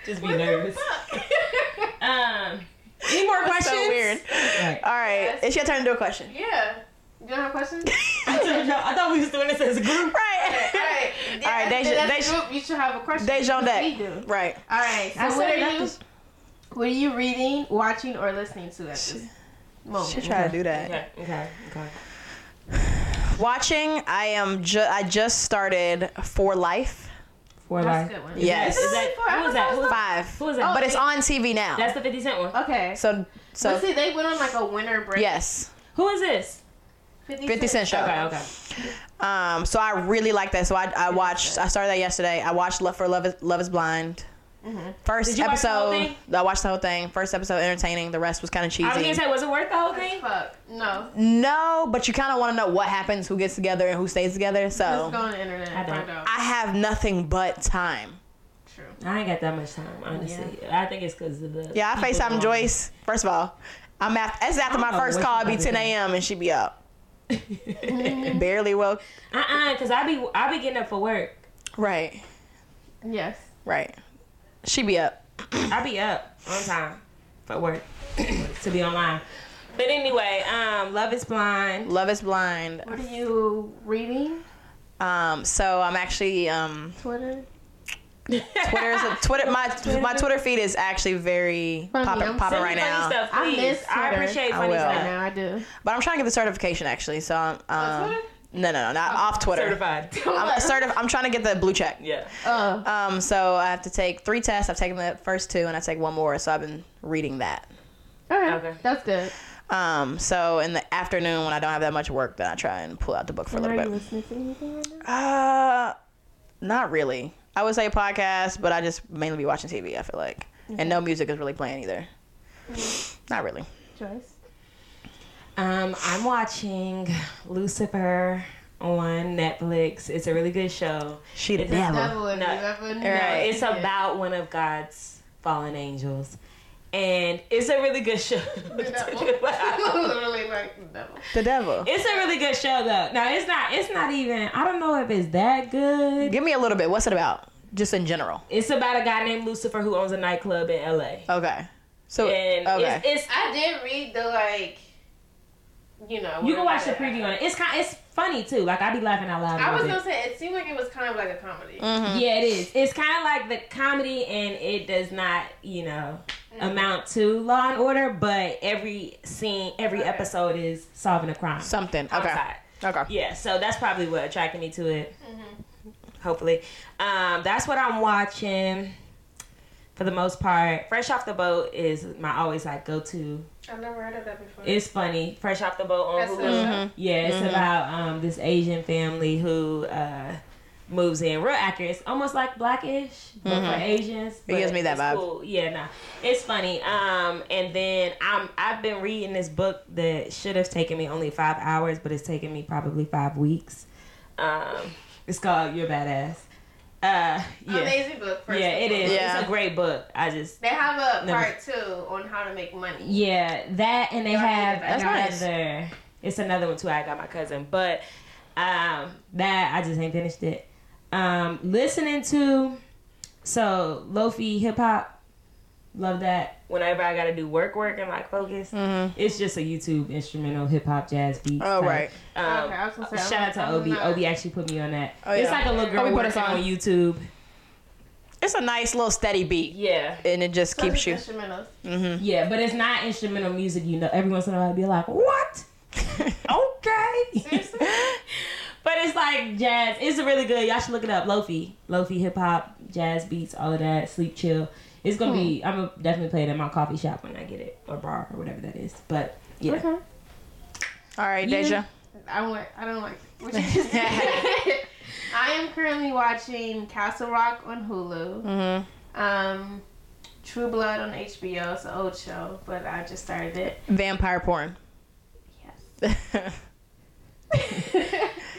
[SPEAKER 1] just be nervous. um, any more
[SPEAKER 3] That's
[SPEAKER 1] questions?
[SPEAKER 3] so weird.
[SPEAKER 1] Right.
[SPEAKER 3] All right,
[SPEAKER 2] Yes.
[SPEAKER 3] it's your turn to do a question.
[SPEAKER 2] yeah. You don't have questions?
[SPEAKER 1] I, told y'all- I thought we was doing this as a group.
[SPEAKER 3] Right.
[SPEAKER 2] Alright.
[SPEAKER 3] All right, they should- they should-
[SPEAKER 2] You should have a question. We do.
[SPEAKER 3] Dejonette. Right.
[SPEAKER 2] Alright,
[SPEAKER 1] I
[SPEAKER 2] so what
[SPEAKER 1] said
[SPEAKER 2] are you
[SPEAKER 1] nothing.
[SPEAKER 2] what are you reading, watching, or listening to at this
[SPEAKER 1] Oh.
[SPEAKER 2] moment?
[SPEAKER 3] Should try to do that.
[SPEAKER 1] Okay, okay, okay.
[SPEAKER 3] Watching, I am. Ju- I just started For Life.
[SPEAKER 1] Four
[SPEAKER 2] That's a good one.
[SPEAKER 3] Yes.
[SPEAKER 1] Is that, who was that? Who was that?
[SPEAKER 3] Five.
[SPEAKER 1] Who was that?
[SPEAKER 3] But it's on TV now.
[SPEAKER 1] That's the 50 Cent one.
[SPEAKER 2] Okay.
[SPEAKER 3] so
[SPEAKER 2] So
[SPEAKER 3] so
[SPEAKER 2] see, they went on like a winter break.
[SPEAKER 3] yes,
[SPEAKER 1] Who is this?
[SPEAKER 2] 50,
[SPEAKER 3] Fifty Cent show.
[SPEAKER 1] Okay, okay.
[SPEAKER 3] Um, so I really like that. So I, I watched. I started that yesterday. I watched Love for Love is Love is Blind. First
[SPEAKER 1] Mm-hmm. Did you watch the whole
[SPEAKER 3] episode,
[SPEAKER 1] thing?
[SPEAKER 3] I watched the whole thing. First episode entertaining. The rest was kind of cheesy.
[SPEAKER 1] I was gonna say, was it worth the whole thing?
[SPEAKER 2] Oh, Fuck. No.
[SPEAKER 3] no, but you kind of want to know what happens, who gets together, and who stays together.
[SPEAKER 2] Let's go
[SPEAKER 3] So
[SPEAKER 2] on the internet
[SPEAKER 1] I
[SPEAKER 2] and find
[SPEAKER 1] don't.
[SPEAKER 2] out.
[SPEAKER 3] I have nothing but time.
[SPEAKER 2] True.
[SPEAKER 1] I ain't got that much time, honestly. I think it's because of the.
[SPEAKER 3] Yeah, I
[SPEAKER 1] people
[SPEAKER 3] FaceTime
[SPEAKER 1] going-
[SPEAKER 3] Joyce. First of all, I'm after. That's after my
[SPEAKER 1] don't know
[SPEAKER 3] first
[SPEAKER 1] what
[SPEAKER 3] call.
[SPEAKER 1] you
[SPEAKER 3] It'd be
[SPEAKER 1] gotta
[SPEAKER 3] 10
[SPEAKER 1] do.
[SPEAKER 3] a.m. and she'd be up,
[SPEAKER 1] uh
[SPEAKER 3] barely woke.
[SPEAKER 1] uh, because I be I be getting up for work.
[SPEAKER 3] Right,
[SPEAKER 2] Yes.
[SPEAKER 3] right. She'd be up.
[SPEAKER 1] I be up on time for work to be online. But anyway, um, Love is Blind.
[SPEAKER 3] Love is blind.
[SPEAKER 2] What are you reading?
[SPEAKER 3] Um, so I'm actually um.
[SPEAKER 2] Twitter.
[SPEAKER 3] Twitter is a, Twitter. My my Twitter feed is actually very
[SPEAKER 2] Funny,
[SPEAKER 3] popping
[SPEAKER 2] I'm
[SPEAKER 3] popping
[SPEAKER 1] Send me
[SPEAKER 3] right
[SPEAKER 1] funny
[SPEAKER 3] now.
[SPEAKER 1] Stuff,
[SPEAKER 2] I
[SPEAKER 1] please. I,
[SPEAKER 2] miss Twitter.
[SPEAKER 1] appreciate
[SPEAKER 3] I
[SPEAKER 1] funny
[SPEAKER 3] will.
[SPEAKER 2] Right
[SPEAKER 1] stuff.
[SPEAKER 2] now I do.
[SPEAKER 3] But I'm trying to get the certification actually. So I'm um,
[SPEAKER 2] Twitter?
[SPEAKER 3] no no no not off Twitter.
[SPEAKER 1] Oh, Certified.
[SPEAKER 3] I'm certif- I'm trying to get the blue check.
[SPEAKER 1] Yeah.
[SPEAKER 2] Uh,
[SPEAKER 3] Um, so I have to take three tests. I've taken the first two and I take one more. So I've been reading that.
[SPEAKER 2] okay.
[SPEAKER 1] Okay.
[SPEAKER 2] That's good.
[SPEAKER 3] Um, so in the afternoon when I don't have that much work, then I try and pull out the book for a
[SPEAKER 2] Are
[SPEAKER 3] little
[SPEAKER 2] you
[SPEAKER 3] bit.
[SPEAKER 2] listening to anything right now?
[SPEAKER 3] Uh, not really. I would say podcast, but I just mainly be watching TV. I feel like, and no music is really playing either.
[SPEAKER 1] Mm.
[SPEAKER 3] Not really.
[SPEAKER 2] Joyce.
[SPEAKER 1] Um, I'm watching Lucifer on Netflix. It's a really good show.
[SPEAKER 3] She the
[SPEAKER 1] It's a devil.
[SPEAKER 3] devil.
[SPEAKER 2] Devil, if
[SPEAKER 1] No.
[SPEAKER 2] you ever knew.
[SPEAKER 1] No,
[SPEAKER 3] Right.
[SPEAKER 1] it's about one of God's fallen angels. And it's a really good show.
[SPEAKER 2] Literally like the devil.
[SPEAKER 3] The devil.
[SPEAKER 1] it's a really good show though. No, it's not it's not even I don't know if it's that good.
[SPEAKER 3] Give me a little bit. What's it about? Just in general.
[SPEAKER 1] It's about a guy named Lucifer who owns a nightclub in LA.
[SPEAKER 3] Okay. So
[SPEAKER 1] And
[SPEAKER 3] okay.
[SPEAKER 1] it's, it's
[SPEAKER 2] I did read the like, you know.
[SPEAKER 1] you can watch the
[SPEAKER 2] whatever.
[SPEAKER 1] preview on it. It's kind it's funny too. Like I be laughing out loud. a
[SPEAKER 2] I was
[SPEAKER 1] little bit.
[SPEAKER 2] gonna say it seemed like it was kind of like a comedy.
[SPEAKER 3] Mm.
[SPEAKER 1] Yeah, it is. It's kind of like the comedy, and it does not, you know,
[SPEAKER 2] Mm.
[SPEAKER 1] amount to Law and Order, but every scene, every
[SPEAKER 2] Okay.
[SPEAKER 1] episode is solving a crime.
[SPEAKER 3] Something. Okay.
[SPEAKER 1] outside.
[SPEAKER 3] Okay.
[SPEAKER 1] Yeah, so that's probably what attracted me to it.
[SPEAKER 2] Mm-hmm.
[SPEAKER 1] Hopefully, um, that's what I'm watching for the most part. Fresh off the boat is my always like go to.
[SPEAKER 2] I've never heard of that before.
[SPEAKER 1] It's Mm-hmm. funny. Fresh off the boat on
[SPEAKER 2] That's
[SPEAKER 1] Hulu.
[SPEAKER 2] the show.
[SPEAKER 1] Yeah,
[SPEAKER 3] Mm-hmm.
[SPEAKER 1] it's about um, this Asian family who uh, moves in. Real accurate. It's almost like blackish, but for Asians. But
[SPEAKER 3] Mm-hmm. gives me that
[SPEAKER 1] it's
[SPEAKER 3] vibe.
[SPEAKER 1] Cool. Yeah, nah. It's funny. Um, and then I'm I've been reading this book that should have taken me only five hours, but it's taken me probably five weeks. Um, it's called You're Badass. Uh, yeah.
[SPEAKER 2] Amazing book. First
[SPEAKER 1] Yeah,
[SPEAKER 2] of
[SPEAKER 1] it
[SPEAKER 2] all.
[SPEAKER 1] is.
[SPEAKER 3] Yeah.
[SPEAKER 1] It's a great book. I just
[SPEAKER 2] They have a
[SPEAKER 1] Never.
[SPEAKER 2] part two on how to make money.
[SPEAKER 1] Yeah, that and they
[SPEAKER 2] Y'all
[SPEAKER 1] have
[SPEAKER 2] need it.
[SPEAKER 3] That's nice.
[SPEAKER 1] another. It's another one too. I got my cousin, but um, that I just ain't finished it. Um, listening to so Lofi hip hop, love that. Whenever I gotta do work, work and like focus, it's just a YouTube instrumental hip hop jazz beat.
[SPEAKER 3] Mm-hmm. Oh
[SPEAKER 1] type.
[SPEAKER 3] right.
[SPEAKER 1] Um,
[SPEAKER 2] okay, I was gonna say.
[SPEAKER 1] Shout out to
[SPEAKER 2] I'm
[SPEAKER 1] Obi.
[SPEAKER 2] not-
[SPEAKER 1] Obi actually put me on that.
[SPEAKER 3] Oh,
[SPEAKER 1] It's
[SPEAKER 3] yeah.
[SPEAKER 1] like a little girl
[SPEAKER 3] Obi put us
[SPEAKER 1] working
[SPEAKER 3] on.
[SPEAKER 1] on YouTube.
[SPEAKER 3] It's a nice little steady beat,
[SPEAKER 1] Yeah,
[SPEAKER 3] and it just
[SPEAKER 2] So
[SPEAKER 3] keeps
[SPEAKER 2] just
[SPEAKER 3] you.
[SPEAKER 2] instrumentals.
[SPEAKER 1] yeah, but it's not instrumental music. You know, every once in a while, I'd be like, "What?" okay.
[SPEAKER 2] Seriously?
[SPEAKER 1] but it's like jazz. It's really good. Y'all should look it up. Lofi, Lofi hip hop, jazz beats, all of that. Sleep chill. It's gonna be. I'm gonna definitely play it in my coffee shop when I get it, or bar, or whatever that is. But yeah,
[SPEAKER 2] Okay.
[SPEAKER 3] All right,
[SPEAKER 1] Yeah.
[SPEAKER 3] Deja.
[SPEAKER 2] I don't like. I don't like. What you just said. I am currently watching Castle Rock on Hulu.
[SPEAKER 3] Mm-hmm.
[SPEAKER 2] Um, True Blood on HBO. It's an old show, but I just started it.
[SPEAKER 3] Vampire porn.
[SPEAKER 2] Yes.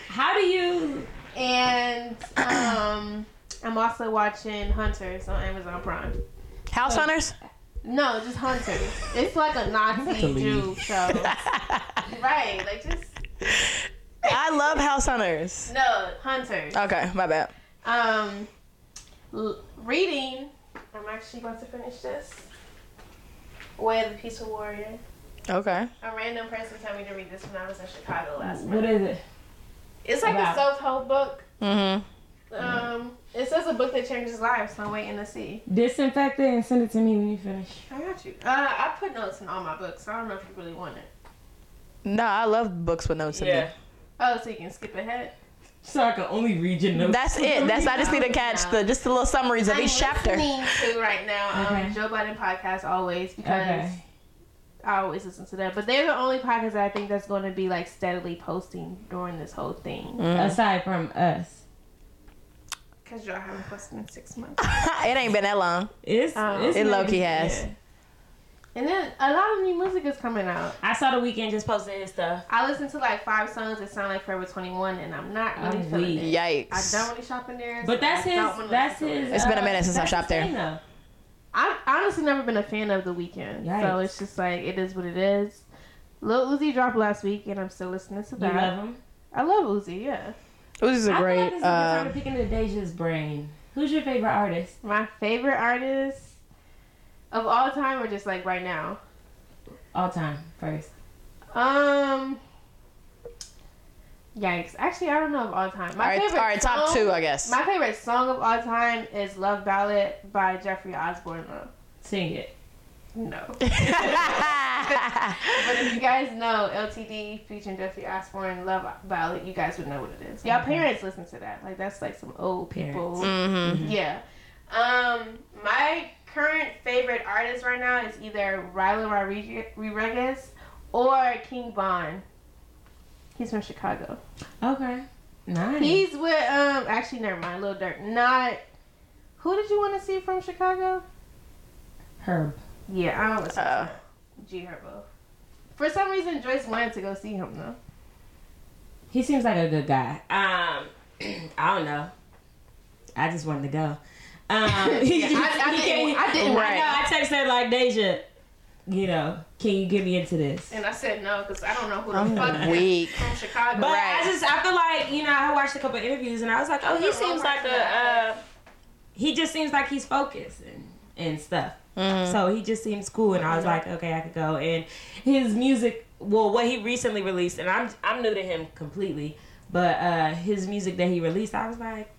[SPEAKER 1] how do you?
[SPEAKER 2] and um, I'm also watching Hunters on Amazon Prime.
[SPEAKER 1] Oh.
[SPEAKER 3] House hunters.
[SPEAKER 2] No, just Hunters. It's like a
[SPEAKER 5] to
[SPEAKER 2] Nazi Jew
[SPEAKER 5] leave.
[SPEAKER 2] show. right. Like just
[SPEAKER 3] I love house hunters.
[SPEAKER 2] no, Hunters.
[SPEAKER 3] Okay, my bad.
[SPEAKER 2] Um l- reading. I'm actually about to finish this. Way of the Peaceful Warrior.
[SPEAKER 3] Okay.
[SPEAKER 2] A random person told me to read this when I was in Chicago last
[SPEAKER 1] What
[SPEAKER 2] month.
[SPEAKER 1] is it?
[SPEAKER 2] It's like
[SPEAKER 1] about?
[SPEAKER 2] a self-help book.
[SPEAKER 3] Mhm.
[SPEAKER 1] Mm-hmm.
[SPEAKER 2] Um, it says a book that changes lives, so I'm waiting to see.
[SPEAKER 1] Disinfect it and send it to me when you finish.
[SPEAKER 2] I got you. Uh, I put notes in all my books, so I don't know if you really want it.
[SPEAKER 3] No, I love books with notes in them.
[SPEAKER 2] Oh, so you can skip ahead.
[SPEAKER 1] So I can only read your notes.
[SPEAKER 3] That's it. That's I just need to catch the just the little summaries of
[SPEAKER 2] I'm
[SPEAKER 3] each chapter.
[SPEAKER 2] listening to right now um,
[SPEAKER 1] Okay.
[SPEAKER 2] Joe Biden podcast always because
[SPEAKER 1] Okay.
[SPEAKER 2] I always listen to that. But they're the only podcast that I think that's going to be like steadily posting during this whole
[SPEAKER 1] Mm.
[SPEAKER 2] thing
[SPEAKER 1] Aside from us,
[SPEAKER 2] because y'all haven't posted in six months.
[SPEAKER 3] it ain't been that long.
[SPEAKER 1] it's,
[SPEAKER 2] Um,
[SPEAKER 1] it's
[SPEAKER 3] It low
[SPEAKER 1] maybe-
[SPEAKER 3] key has.
[SPEAKER 2] And then a lot of new music is coming out.
[SPEAKER 1] I saw the weekend just posted his stuff.
[SPEAKER 2] I listened to like five songs that sound like Forever 21, and I'm not really
[SPEAKER 1] I'm
[SPEAKER 2] feeling
[SPEAKER 1] weak.
[SPEAKER 2] it. I
[SPEAKER 3] Yikes.
[SPEAKER 2] don't really shop in there.
[SPEAKER 1] But
[SPEAKER 2] so
[SPEAKER 1] that's
[SPEAKER 2] I don't
[SPEAKER 1] his.
[SPEAKER 2] wanna
[SPEAKER 1] That's
[SPEAKER 2] listen to
[SPEAKER 1] his. uh,
[SPEAKER 2] it.
[SPEAKER 3] It's been a minute since I
[SPEAKER 1] that's
[SPEAKER 3] shopped
[SPEAKER 1] his
[SPEAKER 3] there.
[SPEAKER 1] thing, though.
[SPEAKER 2] I've honestly never been a fan of The Weeknd, so
[SPEAKER 1] Yikes.
[SPEAKER 2] it's just like it is what it is. Lil Uzi dropped last week, and I'm still listening to
[SPEAKER 1] You
[SPEAKER 2] that.
[SPEAKER 1] love him.
[SPEAKER 2] I love Uzi, yeah.
[SPEAKER 3] This is a
[SPEAKER 1] I feel like
[SPEAKER 3] great.
[SPEAKER 1] this is a good time
[SPEAKER 3] Uh,
[SPEAKER 1] to pick into Deja's brain. Who's your favorite artist?
[SPEAKER 2] My favorite artists of all time, or just like right now.
[SPEAKER 1] All time first.
[SPEAKER 2] Um, yikes! Actually, I don't know of all time.
[SPEAKER 3] all
[SPEAKER 2] My
[SPEAKER 3] right, all
[SPEAKER 2] favorite,
[SPEAKER 3] right, top
[SPEAKER 2] song-
[SPEAKER 3] two, I guess.
[SPEAKER 2] My favorite song of all time is "Love Ballad" by Jeffrey Osborne. Uh,
[SPEAKER 1] Sing it.
[SPEAKER 2] No, but if you guys know LTD featuring Jeffrey Osborne, Love Ballad, you guys would know what it is. Y'all parents listen to that. Like that's like some old people.
[SPEAKER 3] mm-hmm.
[SPEAKER 2] Yeah. Um, my current favorite artist right now is either Rylan Rodriguez- Rodriguez or King Bond. He's from Chicago.
[SPEAKER 1] Okay. Nice.
[SPEAKER 2] He's with um actually never mind, Lil Durk. Not who did you want to see from Chicago?
[SPEAKER 1] Herb.
[SPEAKER 2] Yeah, I don't listen to
[SPEAKER 3] Uh.
[SPEAKER 2] that. G Herbo. For some reason Joyce wanted to go see him though.
[SPEAKER 1] He seems like a good guy. Um, I don't know. I just wanted to go. Um,
[SPEAKER 2] Yeah, I, I
[SPEAKER 1] he
[SPEAKER 2] didn't,
[SPEAKER 1] came-
[SPEAKER 2] I didn't
[SPEAKER 1] I
[SPEAKER 2] right.
[SPEAKER 1] know. I texted like Deja. You know, can you get me into this?
[SPEAKER 2] and I said no because I don't know who the fuck
[SPEAKER 3] I'm
[SPEAKER 2] is
[SPEAKER 3] weak.
[SPEAKER 2] from Chicago.
[SPEAKER 1] But
[SPEAKER 3] Right.
[SPEAKER 1] I just I feel like you know I watched a couple interviews and I was like, oh, he seems like a uh, he just seems like he's focused and and stuff. So he just seems cool, and I was like, okay, I could go. And his music, well, what he recently released, and I'm I'm new to him completely, but uh, his music that he released, I was like.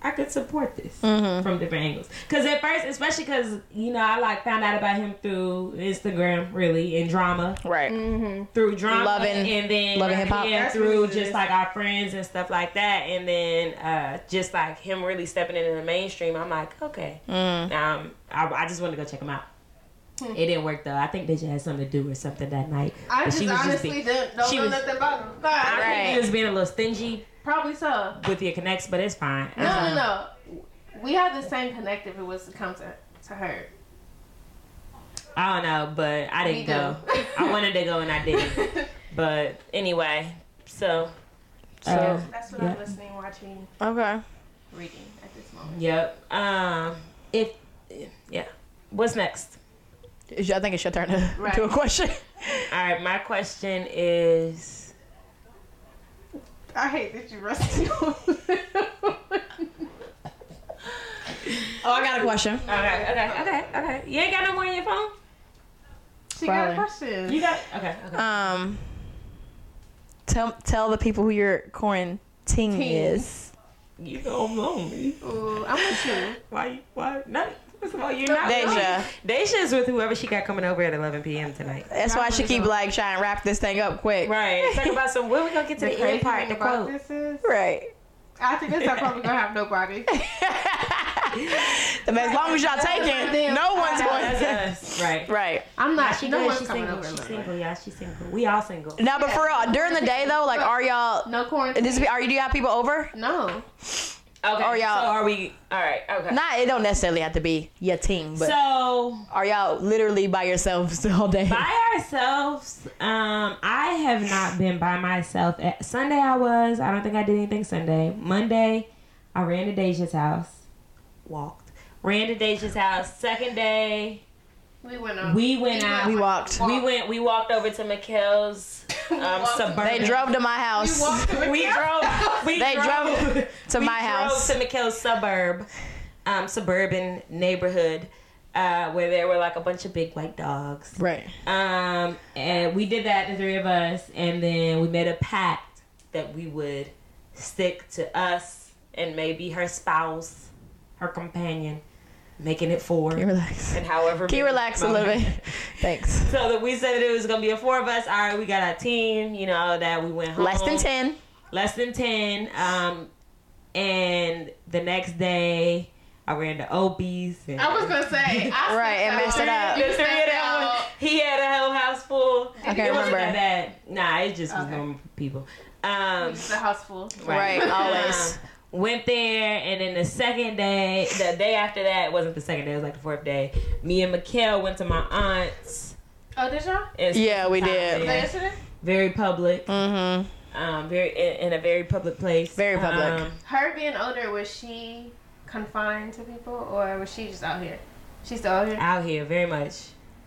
[SPEAKER 1] I could support this from different angles. Cause at first, especially cause you know I like found out about him through Instagram, really, and drama
[SPEAKER 3] Right.
[SPEAKER 1] through drama
[SPEAKER 3] Loving-
[SPEAKER 1] and then
[SPEAKER 3] loving hip-hop.
[SPEAKER 1] yeah,
[SPEAKER 2] That's
[SPEAKER 1] through
[SPEAKER 2] what it
[SPEAKER 1] just
[SPEAKER 2] is.
[SPEAKER 1] like our friends and stuff like that and then uh, just like him really stepping into the mainstream i'm like okay
[SPEAKER 3] Mm.
[SPEAKER 1] um, I, I just wanted to go check him out it didn't work though i think Deja had something to do or something that night
[SPEAKER 2] Hmm. I
[SPEAKER 1] But
[SPEAKER 2] just
[SPEAKER 1] was
[SPEAKER 2] honestly
[SPEAKER 1] being,
[SPEAKER 2] don't, don't
[SPEAKER 1] she
[SPEAKER 2] know
[SPEAKER 1] was-
[SPEAKER 2] nothing about him.
[SPEAKER 1] I
[SPEAKER 2] But
[SPEAKER 1] think
[SPEAKER 3] Right.
[SPEAKER 1] he was being a little stingy
[SPEAKER 2] Probably so.
[SPEAKER 1] with your connects but it's fine Uh-huh.
[SPEAKER 2] No, no, no. We had the same connect if it was to come to, to her.
[SPEAKER 1] i don't know but i
[SPEAKER 2] We
[SPEAKER 1] didn't go
[SPEAKER 2] do.
[SPEAKER 1] i wanted to go and i didn't but anyway so
[SPEAKER 3] So
[SPEAKER 1] Uh,
[SPEAKER 2] That's what
[SPEAKER 1] Yeah.
[SPEAKER 2] I'm listening, watching,
[SPEAKER 3] okay.
[SPEAKER 2] reading at this moment.
[SPEAKER 1] yep um if yeah what's next
[SPEAKER 3] It's- I think it's your turn to
[SPEAKER 2] Right.
[SPEAKER 3] do a question.
[SPEAKER 1] All right, my question is
[SPEAKER 2] I hate that you rusty.
[SPEAKER 3] Oh, I got a question.
[SPEAKER 1] okay, okay, okay, okay. You ain't got no more in your phone?
[SPEAKER 2] she
[SPEAKER 3] Probably.
[SPEAKER 2] got a question.
[SPEAKER 1] You got okay, okay.
[SPEAKER 3] Um, tell tell the people who your quarantine is.
[SPEAKER 1] You don't know me.
[SPEAKER 2] Ooh, I'm with you.
[SPEAKER 1] Why? Why? No. First of all, you're not.
[SPEAKER 3] Deja.
[SPEAKER 1] Deja is with whoever she got coming over at 11 p.m. tonight.
[SPEAKER 3] That's why she keep like trying to wrap this thing up quick.
[SPEAKER 1] Right. Talk about some. When we gonna get to
[SPEAKER 2] The
[SPEAKER 1] the,
[SPEAKER 2] crazy
[SPEAKER 1] end part?
[SPEAKER 2] thing
[SPEAKER 1] The
[SPEAKER 2] about
[SPEAKER 1] quote.
[SPEAKER 2] this is,
[SPEAKER 3] Right.
[SPEAKER 2] after this, I'm probably gonna have nobody.
[SPEAKER 3] as long as y'all take it,
[SPEAKER 2] Damn.
[SPEAKER 3] no one's going.
[SPEAKER 1] That's us. Right.
[SPEAKER 3] Right.
[SPEAKER 2] I'm
[SPEAKER 1] Nah,
[SPEAKER 2] not.
[SPEAKER 1] she
[SPEAKER 2] no
[SPEAKER 1] good.
[SPEAKER 2] one's
[SPEAKER 1] She's
[SPEAKER 2] coming
[SPEAKER 1] single.
[SPEAKER 2] over.
[SPEAKER 1] She's
[SPEAKER 2] Lily.
[SPEAKER 1] single. Yeah, she's single. We all single.
[SPEAKER 3] Now, but for real, during the day though, like, are y'all?
[SPEAKER 2] No
[SPEAKER 3] And
[SPEAKER 2] quarantine.
[SPEAKER 3] this be, are you do you have people over?
[SPEAKER 2] no.
[SPEAKER 1] Okay.
[SPEAKER 3] Or y'all-
[SPEAKER 1] So are we? All right. Okay.
[SPEAKER 3] Not it don't necessarily have to be your team, but
[SPEAKER 1] so
[SPEAKER 3] are y'all literally by yourselves all day?
[SPEAKER 1] by ourselves um i have not been by myself at sunday i was i don't think i did anything sunday monday I ran to Deja's house, walked, ran to Deja's house. Second day,
[SPEAKER 2] We went on.
[SPEAKER 1] we went out.
[SPEAKER 3] We walked.
[SPEAKER 1] We went. We walked over to Mikhail's um,
[SPEAKER 2] walked.
[SPEAKER 1] suburban.
[SPEAKER 3] They drove to my
[SPEAKER 2] We
[SPEAKER 3] house.
[SPEAKER 2] walked to
[SPEAKER 1] We
[SPEAKER 2] Macau.
[SPEAKER 1] drove. We
[SPEAKER 3] They
[SPEAKER 1] drove,
[SPEAKER 3] drove to
[SPEAKER 1] we
[SPEAKER 3] my house.
[SPEAKER 1] Drove to Mikhail's suburb, um, suburban neighborhood, uh, where there were like a bunch of big white dogs.
[SPEAKER 3] Right.
[SPEAKER 1] Um, and we did that, the three of us, and then we made a pact that we would stick to us and maybe her spouse, her companion, making it four,
[SPEAKER 3] Can you relax?
[SPEAKER 1] and however.
[SPEAKER 3] Can you
[SPEAKER 1] many-
[SPEAKER 3] relax a little bit? Thanks.
[SPEAKER 1] So that we said that it was gonna be a four of us. All right, we got our team. You know that we went home.
[SPEAKER 3] Less than ten.
[SPEAKER 1] Less than ten. Um, and the next day. I ran to Obie's. And
[SPEAKER 2] I was gonna say. I
[SPEAKER 3] Right,
[SPEAKER 2] stepped
[SPEAKER 3] and messed it
[SPEAKER 2] out.
[SPEAKER 3] up.
[SPEAKER 2] You
[SPEAKER 1] The three of
[SPEAKER 2] stepped
[SPEAKER 1] them,
[SPEAKER 2] out.
[SPEAKER 1] he had a whole house full.
[SPEAKER 3] I
[SPEAKER 1] It
[SPEAKER 3] can't
[SPEAKER 1] wasn't that
[SPEAKER 3] remember.
[SPEAKER 1] bad. Nah, it just was
[SPEAKER 2] Okay.
[SPEAKER 1] normal people. Um,
[SPEAKER 2] The house full.
[SPEAKER 3] Right. Always.
[SPEAKER 1] um, went there, and then the second day, the day after that, it wasn't the second day, it was like the fourth day. Me and Mikkel went to my aunt's.
[SPEAKER 2] Oh, did y'all?
[SPEAKER 1] and spent
[SPEAKER 3] Yeah,
[SPEAKER 1] some
[SPEAKER 3] we
[SPEAKER 1] time
[SPEAKER 3] did.
[SPEAKER 2] Was that
[SPEAKER 1] there.
[SPEAKER 2] yesterday?
[SPEAKER 1] Very public.
[SPEAKER 3] Mm-hmm.
[SPEAKER 1] Um, very in, in a very public place.
[SPEAKER 3] Very public.
[SPEAKER 1] Um,
[SPEAKER 2] Her being older, was she confined to people or was she just out here? She's still out here.
[SPEAKER 1] out here, very much.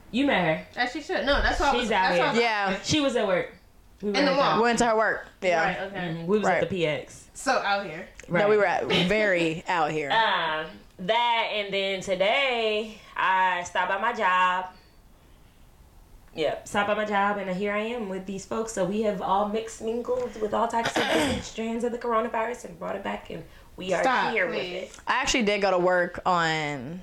[SPEAKER 1] You met her.
[SPEAKER 2] As she should. No, that's why. I was-
[SPEAKER 1] She's out
[SPEAKER 2] that's why I was-
[SPEAKER 3] Yeah.
[SPEAKER 1] She was at work. We were
[SPEAKER 2] In the
[SPEAKER 1] at
[SPEAKER 2] mall.
[SPEAKER 3] Went to her work. Yeah.
[SPEAKER 2] Right. Okay.
[SPEAKER 1] Mhm, We was
[SPEAKER 3] Right.
[SPEAKER 1] at the PX.
[SPEAKER 2] So out here.
[SPEAKER 3] No, we were at, very out here.
[SPEAKER 1] Um, that and then today I stopped by my job. Yep, stopped by my job, and here I am with these folks. So we have all mixed mingled with all types of different strands of the coronavirus and brought it back, and we are
[SPEAKER 2] Stop,
[SPEAKER 1] here
[SPEAKER 2] please.
[SPEAKER 1] with it.
[SPEAKER 3] I actually did go to work on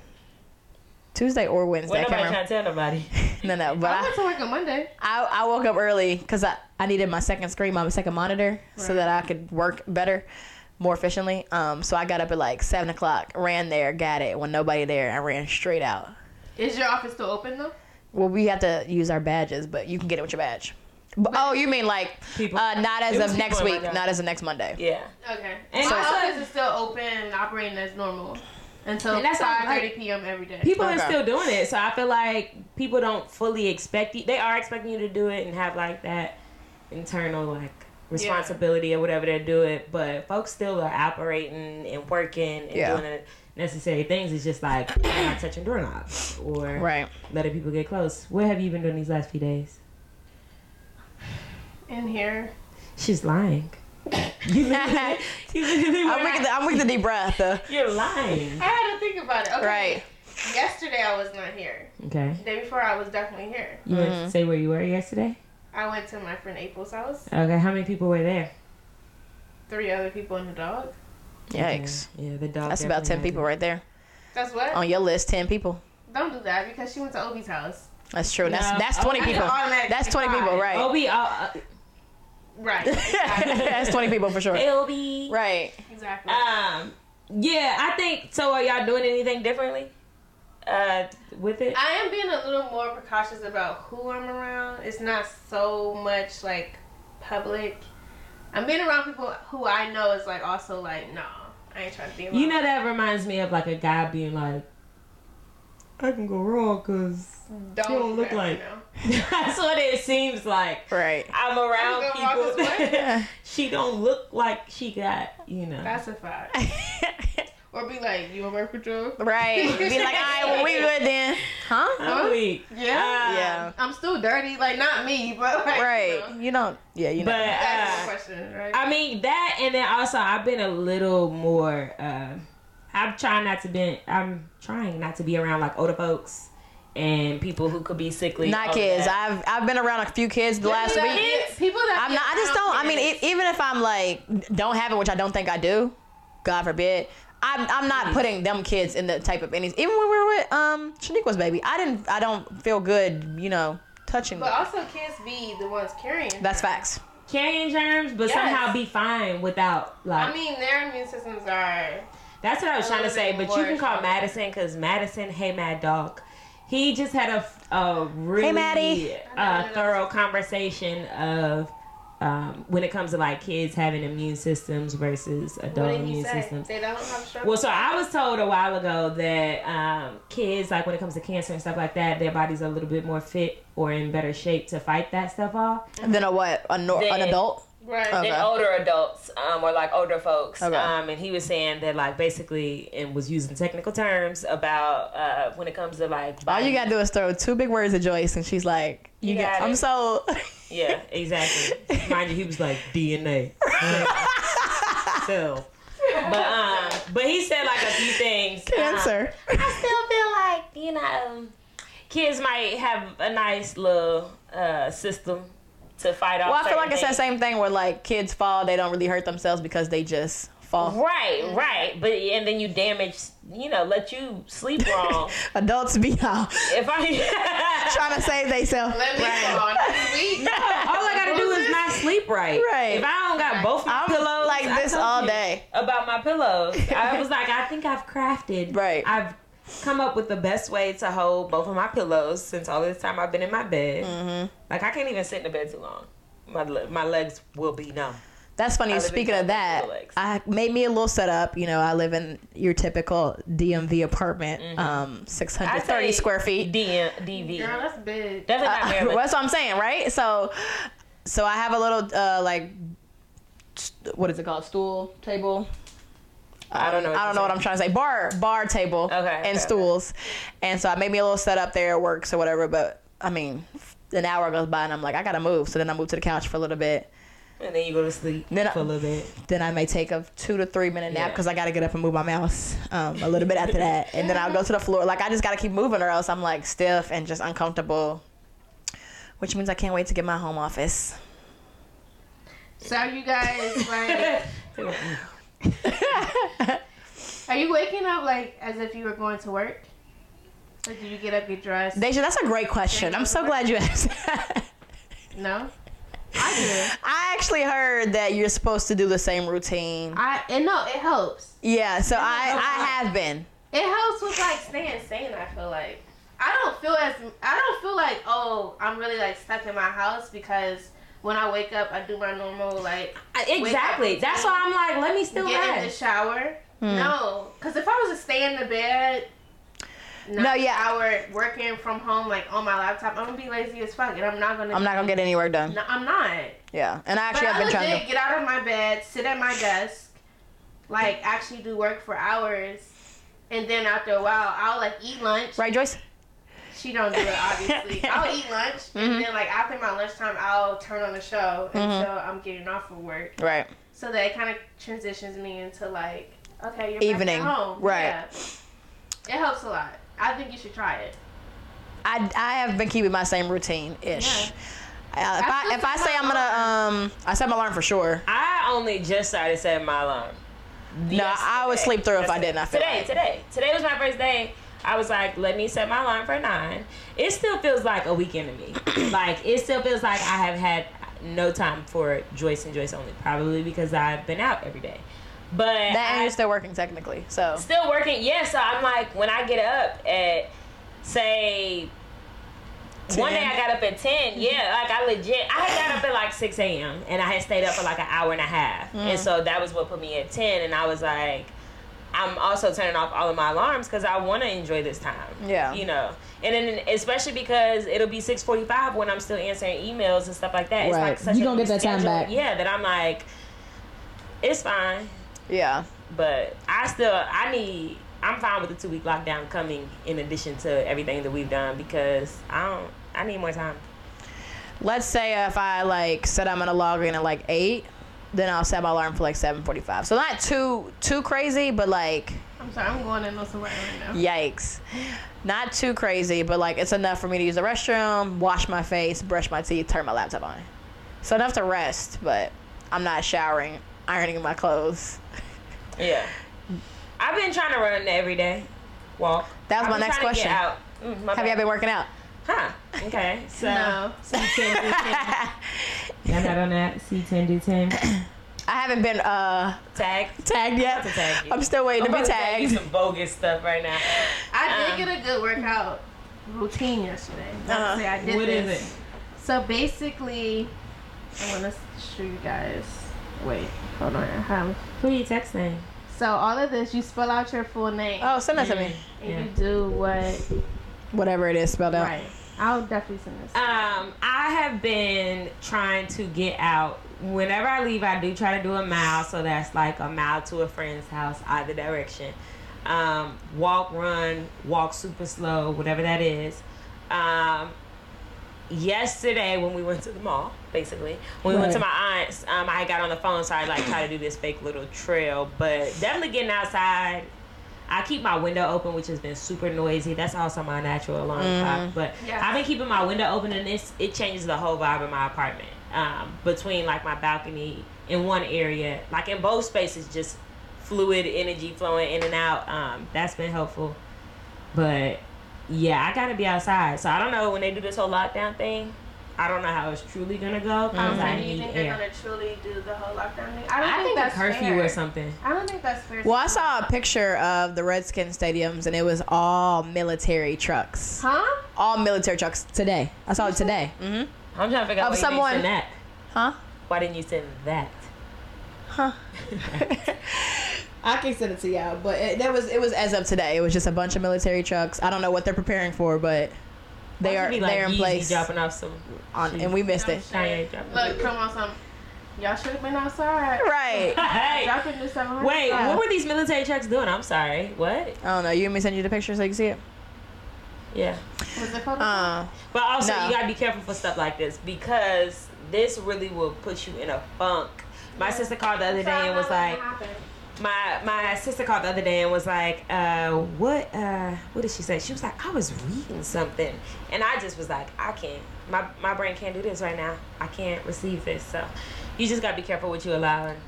[SPEAKER 3] Tuesday or Wednesday.
[SPEAKER 1] Well,
[SPEAKER 3] I can't
[SPEAKER 1] nobody trying
[SPEAKER 3] remember.
[SPEAKER 1] to tell nobody.
[SPEAKER 3] No, no. But
[SPEAKER 2] I
[SPEAKER 3] I,
[SPEAKER 2] went to work on Monday.
[SPEAKER 3] I, I woke up early because I, I needed my second screen, my second monitor, so
[SPEAKER 2] Right.
[SPEAKER 3] that I could work better, more efficiently. Um, so I got up at like seven o'clock, ran there, got it. When nobody there, I ran straight out.
[SPEAKER 2] Is your office still open though?
[SPEAKER 3] Well, we have to use our badges, but you can get it with your badge. But, oh, you mean like
[SPEAKER 1] People-
[SPEAKER 3] uh, not as
[SPEAKER 1] It was
[SPEAKER 3] of next
[SPEAKER 1] people in
[SPEAKER 3] week,
[SPEAKER 1] my job.
[SPEAKER 3] not as of next Monday.
[SPEAKER 1] Yeah,
[SPEAKER 2] Okay.
[SPEAKER 1] And
[SPEAKER 2] my
[SPEAKER 1] also-
[SPEAKER 2] office is still open and operating as normal until
[SPEAKER 1] And that's how,
[SPEAKER 2] five
[SPEAKER 1] like,
[SPEAKER 2] thirty p.m. every day.
[SPEAKER 1] people
[SPEAKER 3] Okay.
[SPEAKER 1] are still doing it, so I feel like people don't fully expect you. They are expecting you to do it and have like that internal like responsibility or whatever they do it, but folks still are operating and working and
[SPEAKER 3] Yeah.
[SPEAKER 1] doing the necessary things. It's just like not touching doorknobs or
[SPEAKER 3] Right.
[SPEAKER 1] letting people get close. What have you been doing these last few days?
[SPEAKER 2] in here.
[SPEAKER 1] She's lying. You literally- you literally
[SPEAKER 3] I'm
[SPEAKER 1] were
[SPEAKER 3] with
[SPEAKER 1] like,
[SPEAKER 3] the, I'm with the deep breath. though.
[SPEAKER 1] You're lying.
[SPEAKER 2] I had to think about it. Okay.
[SPEAKER 3] Right.
[SPEAKER 2] Yesterday I was not here.
[SPEAKER 1] Okay.
[SPEAKER 2] The day before I was definitely here.
[SPEAKER 1] You want
[SPEAKER 3] Mm-hmm.
[SPEAKER 1] to say where you were yesterday?
[SPEAKER 2] I went to my friend April's house.
[SPEAKER 1] Okay. How many people were there?
[SPEAKER 2] Three other people and a dog.
[SPEAKER 3] Yikes.
[SPEAKER 1] Yeah, yeah the dog.
[SPEAKER 3] That's about
[SPEAKER 1] definitely
[SPEAKER 3] ten
[SPEAKER 1] had
[SPEAKER 3] people
[SPEAKER 1] it.
[SPEAKER 3] right there
[SPEAKER 2] That's what.
[SPEAKER 3] on your list. Ten people.
[SPEAKER 2] Don't do that because she went to Obi's house.
[SPEAKER 3] That's true. That's
[SPEAKER 1] No.
[SPEAKER 3] that's
[SPEAKER 1] Oh,
[SPEAKER 3] twenty
[SPEAKER 1] that's
[SPEAKER 3] people.
[SPEAKER 2] an automatic
[SPEAKER 3] That's twenty people.
[SPEAKER 2] five.
[SPEAKER 1] Oh,
[SPEAKER 3] Right.
[SPEAKER 1] we all. Uh,
[SPEAKER 2] Right.
[SPEAKER 3] that's twenty people for sure.
[SPEAKER 1] it'll be
[SPEAKER 3] Right.
[SPEAKER 2] exactly.
[SPEAKER 1] um yeah i think so are y'all doing anything differently uh with it
[SPEAKER 2] I am being a little more precautious about who I'm around. It's not so much like public. I'm being around people who I know is like also like no, I ain't trying to be. Around.
[SPEAKER 1] you know that reminds me of like a guy being like i can go wrong because
[SPEAKER 2] don't,
[SPEAKER 1] you don't look
[SPEAKER 2] that,
[SPEAKER 1] like-
[SPEAKER 2] you know?
[SPEAKER 1] that's what it seems like
[SPEAKER 3] Right.
[SPEAKER 1] i'm around
[SPEAKER 2] You go wrong 'cause
[SPEAKER 1] people that she don't look like she got you know
[SPEAKER 2] That's a fact. Or be like, you on birth control?
[SPEAKER 3] right. Be like, all right, well, we good then, huh?
[SPEAKER 1] I'm weak.
[SPEAKER 2] Yeah.
[SPEAKER 1] Uh,
[SPEAKER 3] Yeah.
[SPEAKER 2] I'm still dirty, like not me, but like, You
[SPEAKER 3] Right.
[SPEAKER 2] know,
[SPEAKER 3] You don't. Yeah. You
[SPEAKER 1] but
[SPEAKER 3] know.
[SPEAKER 2] that's
[SPEAKER 1] uh,
[SPEAKER 2] the question, right?
[SPEAKER 1] I mean that, and then also I've been a little more. Uh, I'm trying not to be. I'm trying not to be around like older folks and people who could be sickly. all
[SPEAKER 3] Not
[SPEAKER 1] of
[SPEAKER 3] kids.
[SPEAKER 1] that.
[SPEAKER 3] I've I've been around a few kids the last
[SPEAKER 2] people that
[SPEAKER 3] week.
[SPEAKER 2] get- people that
[SPEAKER 3] I'm
[SPEAKER 2] get
[SPEAKER 3] not. I just don't. I mean,
[SPEAKER 2] around
[SPEAKER 3] e even if I'm like don't have it, which I don't think I do, God forbid. I'm, I'm not putting them kids in the type of any. Even when we were with um Shaniqua's baby, I didn't. I don't feel good. You know, touching.
[SPEAKER 2] But
[SPEAKER 3] Them.
[SPEAKER 2] also kids be the ones carrying.
[SPEAKER 3] That's facts.
[SPEAKER 1] carrying germs, but
[SPEAKER 2] Yes.
[SPEAKER 1] somehow be fine without like.
[SPEAKER 2] I mean, their immune systems are.
[SPEAKER 1] that's what I was
[SPEAKER 2] a
[SPEAKER 1] trying to
[SPEAKER 2] little
[SPEAKER 1] say.
[SPEAKER 2] bit
[SPEAKER 1] But you
[SPEAKER 2] more
[SPEAKER 1] can call
[SPEAKER 2] stronger.
[SPEAKER 1] Madison because Madison, hey Mad Dog, he just had a a really
[SPEAKER 3] Maddie.
[SPEAKER 1] Uh, thorough conversation of. Um, when it comes to like kids having immune systems versus
[SPEAKER 2] What
[SPEAKER 1] adult
[SPEAKER 2] did he
[SPEAKER 1] immune
[SPEAKER 2] say?
[SPEAKER 1] systems,
[SPEAKER 2] They don't have strong.
[SPEAKER 1] Well, so I was told a while ago that um, kids, like when it comes to cancer and stuff like that, their bodies are a little bit more fit or in better shape to fight that stuff off.
[SPEAKER 3] Then a what? A nor-
[SPEAKER 1] Then-
[SPEAKER 3] an adult?
[SPEAKER 2] Right.
[SPEAKER 3] Okay.
[SPEAKER 1] and older adults um, or like older folks.
[SPEAKER 3] Okay.
[SPEAKER 1] Um, and he was saying that like basically and was using technical terms about uh, when it comes to like
[SPEAKER 3] All you
[SPEAKER 1] body-
[SPEAKER 3] gotta do is throw two big words at Joyce, and she's like, "You,
[SPEAKER 1] You
[SPEAKER 3] got,
[SPEAKER 1] got
[SPEAKER 3] I'm
[SPEAKER 1] it.
[SPEAKER 3] so."
[SPEAKER 1] Yeah, exactly. Mind you, he was like DNA. so, but um, but he said like a few things. Um,
[SPEAKER 3] Cancer.
[SPEAKER 1] I still feel like you know, kids might have a nice little uh, system to fight off.
[SPEAKER 3] Well, I feel
[SPEAKER 1] certain
[SPEAKER 3] like it's that
[SPEAKER 1] things.
[SPEAKER 3] same thing where like kids fall, they don't really hurt themselves because they just fall.
[SPEAKER 1] Right, right, but and then you damage, you know, let you sleep wrong.
[SPEAKER 3] Adults be out
[SPEAKER 1] if I
[SPEAKER 3] trying to save themselves.
[SPEAKER 2] Let me
[SPEAKER 1] Right.
[SPEAKER 2] fall next week.
[SPEAKER 1] No, all I gotta do is not sleep right.
[SPEAKER 3] Right.
[SPEAKER 1] If I don't got both my
[SPEAKER 3] I'm
[SPEAKER 1] pillows,
[SPEAKER 3] like
[SPEAKER 1] I
[SPEAKER 3] this
[SPEAKER 1] told
[SPEAKER 3] all
[SPEAKER 1] you
[SPEAKER 3] day.
[SPEAKER 1] about my pillows. I was like, I think I've crafted.
[SPEAKER 3] Right.
[SPEAKER 1] I've come up with the best way to hold both of my pillows since all this time I've been in my bed.
[SPEAKER 3] Mm-hmm.
[SPEAKER 1] Like I can't even sit in the bed too long. My le- my legs will be numb.
[SPEAKER 3] That's funny.
[SPEAKER 1] Other
[SPEAKER 3] Speaking
[SPEAKER 1] than
[SPEAKER 3] of that,
[SPEAKER 1] Netflix.
[SPEAKER 3] I made me a little setup. You know, I live in your typical DMV apartment, um,
[SPEAKER 1] Mm-hmm. I
[SPEAKER 3] 630
[SPEAKER 1] say
[SPEAKER 3] square feet.
[SPEAKER 1] DM, DV.
[SPEAKER 2] Girl, that's big.
[SPEAKER 1] Definitely not
[SPEAKER 3] Uh,
[SPEAKER 1] Maryland.
[SPEAKER 3] that's what I'm saying, right? So, so I have a little uh, like, st- what is it called? Stool table.
[SPEAKER 1] I don't know.
[SPEAKER 3] I don't know what I'm trying to say. Bar bar table
[SPEAKER 1] Okay,
[SPEAKER 3] and
[SPEAKER 1] okay, okay.
[SPEAKER 3] stools, and so I made me a little setup there at works or whatever. But I mean, an hour goes by and I'm like, I gotta move. So then I move to the couch for a little bit.
[SPEAKER 1] And then you go to sleep
[SPEAKER 3] Then I-
[SPEAKER 1] for a little bit.
[SPEAKER 3] Then I may take a two to three minute nap
[SPEAKER 1] Yeah.
[SPEAKER 3] because I gotta get up and move my mouse um, a little bit after that, and then I'll go to the floor. Like I just gotta keep moving or else I'm like stiff and just uncomfortable. Which means I can't wait to get my home office.
[SPEAKER 2] So are you guys like, are you waking up like as if you were going to work? Or do you get up, get dressed?
[SPEAKER 3] Deja, that's a great question. I'm so glad you asked. that.
[SPEAKER 2] no, I
[SPEAKER 3] I actually heard that you're supposed to do the same routine.
[SPEAKER 2] do. I and no, it helps.
[SPEAKER 3] Yeah, so I
[SPEAKER 2] no
[SPEAKER 3] I
[SPEAKER 2] problem.
[SPEAKER 3] have been.
[SPEAKER 2] It helps with like staying sane. I feel like I don't feel as I don't feel like oh I'm really like stuck in my house because when I wake up I do my normal like
[SPEAKER 1] Exactly. That's why I'm like, let me still
[SPEAKER 2] get in the
[SPEAKER 1] rest.
[SPEAKER 2] shower.
[SPEAKER 3] Hmm.
[SPEAKER 2] No, because if I was to stay in the bed. Not
[SPEAKER 3] No, yeah.
[SPEAKER 2] Hour working from home, like on my laptop. I'm gonna be lazy as fuck, and I'm not gonna.
[SPEAKER 3] I'm not gonna get any work done.
[SPEAKER 2] No, I'm not.
[SPEAKER 3] Yeah, and I
[SPEAKER 2] But
[SPEAKER 3] actually
[SPEAKER 2] I
[SPEAKER 3] have been
[SPEAKER 2] legit
[SPEAKER 3] trying to.
[SPEAKER 2] get out of my bed, sit at my desk, like actually do work for hours, and then after a while, I'll like eat lunch.
[SPEAKER 3] Right, Joyce?
[SPEAKER 2] She don't do it obviously. I'll eat lunch, and then like after my lunchtime, I'll turn on the show until I'm getting off of work,
[SPEAKER 3] Right.
[SPEAKER 2] so that it kind of transitions me into like okay, you're
[SPEAKER 3] Evening,
[SPEAKER 2] back at home.
[SPEAKER 3] right.
[SPEAKER 2] Yeah. It helps a lot. I think you should try it.
[SPEAKER 3] I, I have been keeping my same routine ish.
[SPEAKER 2] Yeah.
[SPEAKER 3] Uh, if I if I say I'm gonna um I set my alarm for sure.
[SPEAKER 1] I only just started setting my alarm.
[SPEAKER 3] No, I would
[SPEAKER 1] Yesterday.
[SPEAKER 3] sleep through if I
[SPEAKER 1] Yesterday.
[SPEAKER 3] didn't. I feel
[SPEAKER 1] Today,
[SPEAKER 3] like.
[SPEAKER 1] today, today was my first day. I was like, let me set my alarm for nine. It still feels like a weekend to me. like it still feels like I have had no time for Joyce and Joyce only, probably because I've been out every day. But
[SPEAKER 3] That and
[SPEAKER 1] I-
[SPEAKER 3] you're still working technically, so
[SPEAKER 1] still working. Yeah, so I'm like, when I get up at say. One day
[SPEAKER 3] 10.
[SPEAKER 1] I got up at
[SPEAKER 3] Mm-hmm.
[SPEAKER 1] ten. Yeah, like I legit, I had got up at like six a.m. and I had stayed up for like an hour and a half,
[SPEAKER 3] Mm.
[SPEAKER 1] and so that was what put me at ten. And I was like, I'm also turning off all of my alarms because I want to enjoy this time.
[SPEAKER 3] Yeah.
[SPEAKER 1] you know, and then especially because it'll be six forty-five when I'm still answering emails and stuff like that. It's
[SPEAKER 3] Right.
[SPEAKER 1] like such
[SPEAKER 3] You
[SPEAKER 1] a
[SPEAKER 3] gonna get that time
[SPEAKER 1] schedule.
[SPEAKER 3] back.
[SPEAKER 1] Yeah, that I'm like, it's fine
[SPEAKER 3] yeah.
[SPEAKER 1] but I still I need I'm fine with the two week lockdown coming in addition to everything that we've done because I don't I need more time.
[SPEAKER 3] Let's say if I like said I'm gonna log in at like eight, then I'll set my alarm for like seven forty five. So not too too crazy, but like
[SPEAKER 2] I'm sorry, I'm going in on somebody right now.
[SPEAKER 3] Yikes. Not too crazy, but like it's enough for me to use the restroom, wash my face, brush my teeth, turn my laptop on. So enough to rest, but I'm not showering, ironing my clothes.
[SPEAKER 1] Yeah. I've been trying to run every day. Walk.
[SPEAKER 3] That was
[SPEAKER 1] I've
[SPEAKER 3] my
[SPEAKER 1] been
[SPEAKER 3] next
[SPEAKER 1] trying to get
[SPEAKER 3] question.
[SPEAKER 1] out. Mm, my
[SPEAKER 3] Have y'all
[SPEAKER 1] bad.
[SPEAKER 3] been working out?
[SPEAKER 1] Huh. Okay. So
[SPEAKER 2] No.
[SPEAKER 1] I'm not on that. C ten do ten.
[SPEAKER 3] I haven't been uh
[SPEAKER 1] Tag.
[SPEAKER 3] tagged
[SPEAKER 1] I'm
[SPEAKER 3] yet. Oh,
[SPEAKER 1] about to tag you.
[SPEAKER 3] I'm still waiting
[SPEAKER 1] I'm
[SPEAKER 3] to be
[SPEAKER 1] about to tag you
[SPEAKER 3] tagged.
[SPEAKER 1] some bogus stuff right now.
[SPEAKER 2] I
[SPEAKER 1] Um,
[SPEAKER 2] did get a good workout routine yesterday. Not
[SPEAKER 3] Uh-huh.
[SPEAKER 2] to say I did
[SPEAKER 1] What is
[SPEAKER 2] this. So basically, I want to show you guys. Wait, hold on. I have.
[SPEAKER 1] Who are you texting?
[SPEAKER 2] So all of this, you spell out your full name
[SPEAKER 3] Oh, send that to me.
[SPEAKER 2] and you do what?
[SPEAKER 3] Whatever it is spelled out.
[SPEAKER 2] Right. I'll definitely send this.
[SPEAKER 1] Um, I have been trying to get out whenever I leave, I do try to do a mile. So that's like a mile to a friend's house, either direction. Um, walk, run, walk super slow, whatever that is. Um, yesterday when we went to the mall, basically when we went to my aunt's, um, I got on the phone, so I like try to do this fake little trail, but definitely getting outside. I keep my window open, which has been super noisy. That's also my natural alarm clock. But
[SPEAKER 2] Yeah.
[SPEAKER 1] I've been keeping my window open, and it's it changes the whole vibe in my apartment. Um, between like my balcony in one area, like in both spaces, just fluid energy flowing in and out. Um, that's been helpful. But yeah, I gotta be outside. So I don't know when they do this whole lockdown thing. I don't know how it's truly gonna go.
[SPEAKER 2] How
[SPEAKER 1] 'cause I
[SPEAKER 2] many do you
[SPEAKER 1] need
[SPEAKER 2] think they're
[SPEAKER 1] air.
[SPEAKER 2] gonna truly do the whole lockdown thing? I
[SPEAKER 1] I
[SPEAKER 2] don't
[SPEAKER 1] think,
[SPEAKER 2] think, that's
[SPEAKER 1] a curfew
[SPEAKER 2] fair.
[SPEAKER 1] or something.
[SPEAKER 2] I don't think that's fair.
[SPEAKER 3] Well, I saw a picture of the Redskin stadiums, and it was all military trucks.
[SPEAKER 2] Huh?
[SPEAKER 3] All military trucks today. I saw it today. hmm
[SPEAKER 1] I'm trying to figure out
[SPEAKER 3] Of
[SPEAKER 1] why
[SPEAKER 3] someone-
[SPEAKER 1] you didn't send that.
[SPEAKER 3] Huh?
[SPEAKER 1] Why didn't you send that?
[SPEAKER 3] Huh. I can send it to y'all, but it, that was it was as of today. It was just a bunch of military trucks. I don't know what they're preparing for, but they
[SPEAKER 1] Why
[SPEAKER 3] are
[SPEAKER 1] should be,
[SPEAKER 3] they're in
[SPEAKER 1] Yeezy
[SPEAKER 3] place,
[SPEAKER 1] Dropping off some.
[SPEAKER 3] on, and we missed it.
[SPEAKER 1] Kanye dropping.
[SPEAKER 2] Look, come on, some. Y'all should have been outside.
[SPEAKER 3] Right.
[SPEAKER 1] Hey,
[SPEAKER 2] Dropping the 700.
[SPEAKER 1] wait,
[SPEAKER 2] stuff.
[SPEAKER 1] what were these military trucks doing? I'm sorry. What?
[SPEAKER 3] I don't know. You want me to send you the picture so you can see it?
[SPEAKER 1] Yeah.
[SPEAKER 2] was it photo?
[SPEAKER 3] Uh,
[SPEAKER 1] But also,
[SPEAKER 3] No.
[SPEAKER 1] you gotta be careful for stuff like this because this really will put you in a funk. My sister called the other day and was like, my my sister called the other day and was like, uh, what uh, what did she say? She was like, I was reading something, and I just was like, I can't. My my brain can't do this right now. I can't receive this. So you just gotta be careful what you allow. And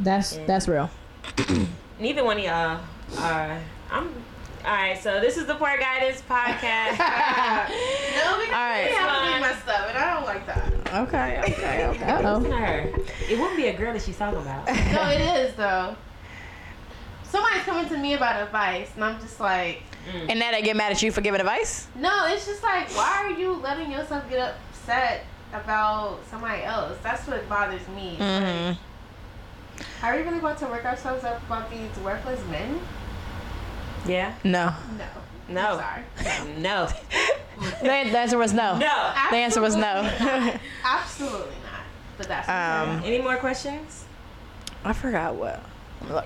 [SPEAKER 3] that's that's real.
[SPEAKER 1] neither one of y'all are. I'm. All right, so this is the Poor Guidance podcast.
[SPEAKER 2] No, because
[SPEAKER 3] All right.
[SPEAKER 2] they have to be messed up, and I don't like that.
[SPEAKER 3] Okay. Okay. Okay.
[SPEAKER 1] Listen
[SPEAKER 3] Uh-oh.
[SPEAKER 1] to her. It wouldn't be a girl that she's talking about.
[SPEAKER 2] No, it is though. Somebody's coming to me about advice, and I'm just like,
[SPEAKER 3] And now they get mad at you for giving advice.
[SPEAKER 2] no, it's just like, why are you letting yourself get upset about somebody else? That's what bothers me.
[SPEAKER 3] Mm-hmm.
[SPEAKER 2] Are we really going to work ourselves up about these worthless men?
[SPEAKER 1] Yeah.
[SPEAKER 3] No.
[SPEAKER 2] No.
[SPEAKER 1] No.
[SPEAKER 2] I'm sorry.
[SPEAKER 1] No.
[SPEAKER 3] The answer was no.
[SPEAKER 1] No.
[SPEAKER 3] The answer was no.
[SPEAKER 2] Absolutely not. Absolutely not. But that's
[SPEAKER 3] Um,
[SPEAKER 1] Any more questions?
[SPEAKER 3] I forgot what.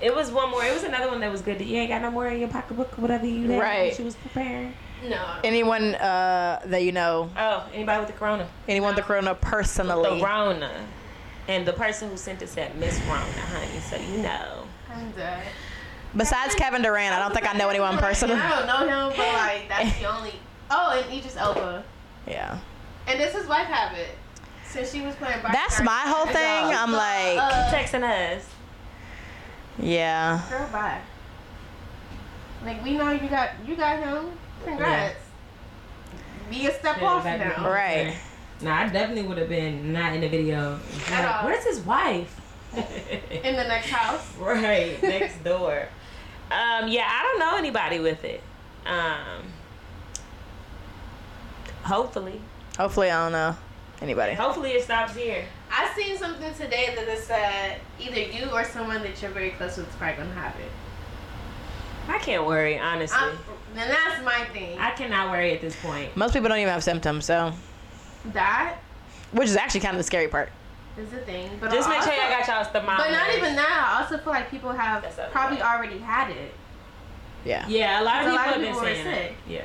[SPEAKER 1] It was one more. It was another one that was good. You ain't got no more in your pocketbook or whatever you had.
[SPEAKER 3] Right.
[SPEAKER 1] She was preparing.
[SPEAKER 2] no.
[SPEAKER 3] Anyone uh, that you know,
[SPEAKER 1] Oh, anybody with the corona?
[SPEAKER 3] anyone with the corona personally.
[SPEAKER 1] The Rona. And the person who sent this at Miss Rona, honey. So you know.
[SPEAKER 2] I'm dead.
[SPEAKER 3] Besides Kevin Durant, I don't think I know anyone personally.
[SPEAKER 2] I don't know him, but like that's the only. Oh, and Idris Elba,
[SPEAKER 3] Yeah.
[SPEAKER 2] and this is wife habit. Since she was playing. Barbie
[SPEAKER 3] That's my whole thing. I'm like,
[SPEAKER 2] Uh,
[SPEAKER 1] Texting us.
[SPEAKER 3] yeah.
[SPEAKER 2] girl, bye. Like we know you got you got him. Congrats. Be a step
[SPEAKER 1] Yeah,
[SPEAKER 2] off
[SPEAKER 1] back
[SPEAKER 2] now.
[SPEAKER 1] up.
[SPEAKER 3] Right.
[SPEAKER 1] Nah, I definitely would have been not in the video.
[SPEAKER 2] At all.
[SPEAKER 1] Where's his wife?
[SPEAKER 2] In the next house.
[SPEAKER 1] right next door. Um, yeah, I don't know anybody with it. Um, hopefully,
[SPEAKER 3] Hopefully, I don't know anybody.
[SPEAKER 1] hopefully it stops here.
[SPEAKER 2] I seen something today that it said either you or someone that you're very close with is probably gonna have it.
[SPEAKER 1] I can't worry, honestly.
[SPEAKER 2] I'm, then that's my thing.
[SPEAKER 1] I cannot worry at this point.
[SPEAKER 3] Most people don't even have symptoms, so
[SPEAKER 2] That
[SPEAKER 3] which is actually kind of the scary part.
[SPEAKER 2] is the thing. But
[SPEAKER 1] Just make sure
[SPEAKER 2] also-
[SPEAKER 1] y'all got y'all's thermometer.
[SPEAKER 2] But not even that. I also feel like people have
[SPEAKER 1] That's other
[SPEAKER 2] probably
[SPEAKER 1] way.
[SPEAKER 2] already had it.
[SPEAKER 3] Yeah.
[SPEAKER 1] Yeah, a lot of
[SPEAKER 2] A
[SPEAKER 1] people
[SPEAKER 2] lot
[SPEAKER 1] have
[SPEAKER 2] of
[SPEAKER 1] been
[SPEAKER 2] people are
[SPEAKER 1] saying that.
[SPEAKER 2] sick.
[SPEAKER 1] Yeah.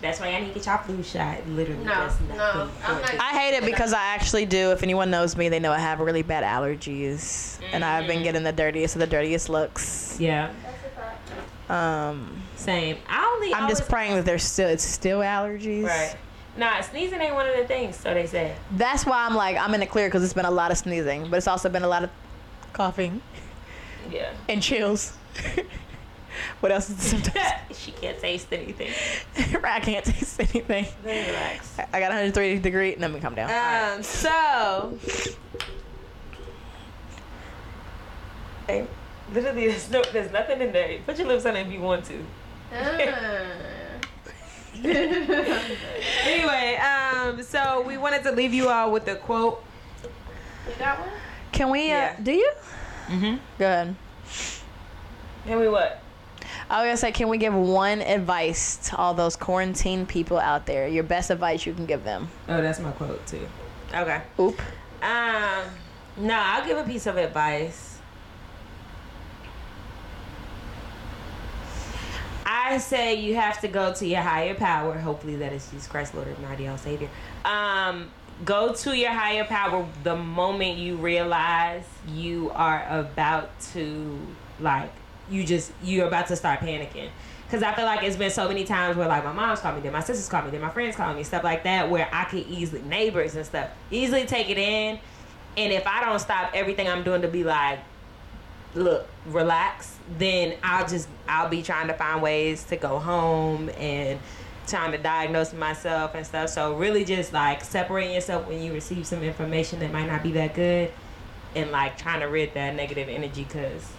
[SPEAKER 1] That's why y'all need to get y'all flu shot. Literally,
[SPEAKER 2] No,
[SPEAKER 1] that's
[SPEAKER 2] no,
[SPEAKER 1] nothing
[SPEAKER 2] I'm
[SPEAKER 1] for
[SPEAKER 2] not-
[SPEAKER 1] it.
[SPEAKER 3] I hate it because I actually do. If anyone knows me, they know I have really bad allergies, and I've been getting the dirtiest of the dirtiest looks.
[SPEAKER 1] Yeah,
[SPEAKER 2] That's a fact.
[SPEAKER 3] Um,
[SPEAKER 1] same. I only.
[SPEAKER 3] I'm just
[SPEAKER 1] always-
[SPEAKER 3] praying that there's still it's still allergies.
[SPEAKER 1] Right. Nah, sneezing ain't one of the things. So they say.
[SPEAKER 3] That's why I'm like I'm in the clear because it's been a lot of sneezing, but it's also been a lot of coughing
[SPEAKER 1] Yeah.
[SPEAKER 3] and chills. what else is the symptoms?
[SPEAKER 1] she can't taste anything.
[SPEAKER 3] I can't taste anything.
[SPEAKER 1] Very relaxed.
[SPEAKER 3] I got 103 degree. Let me calm down.
[SPEAKER 1] Um, so. Hey, literally, there's, no, there's nothing in there. Put your lips on it if you want to. Anyway, um, so we wanted to leave you all with a quote.
[SPEAKER 2] you got one?
[SPEAKER 3] Can we? Uh,
[SPEAKER 1] yeah.
[SPEAKER 3] Do you?
[SPEAKER 1] Mm-hmm.
[SPEAKER 3] Go ahead.
[SPEAKER 1] And we what?
[SPEAKER 3] I was gonna say, can we give one advice to all those quarantine people out there? Your best advice you can give them.
[SPEAKER 1] Oh, that's my quote too. Okay.
[SPEAKER 3] Oop.
[SPEAKER 1] Um, no, I'll give a piece of advice. I say you have to go to your higher power. Hopefully, that is Jesus Christ, Lord and Mighty, our Savior. Um, go to your higher power the moment you realize you are about to, like, you just, you're about to start panicking. Because I feel like it's been so many times where, like, my mom's called me, then my sisters called me, then my friends called me, stuff like that, where I could easily, neighbors and stuff, easily take it in. And if I don't stop everything I'm doing to be like, look relax then i'll just i'll be trying to find ways to go home and trying to diagnose myself and stuff so really just like separating yourself when you receive some information that might not be that good and like trying to rid that negative energy because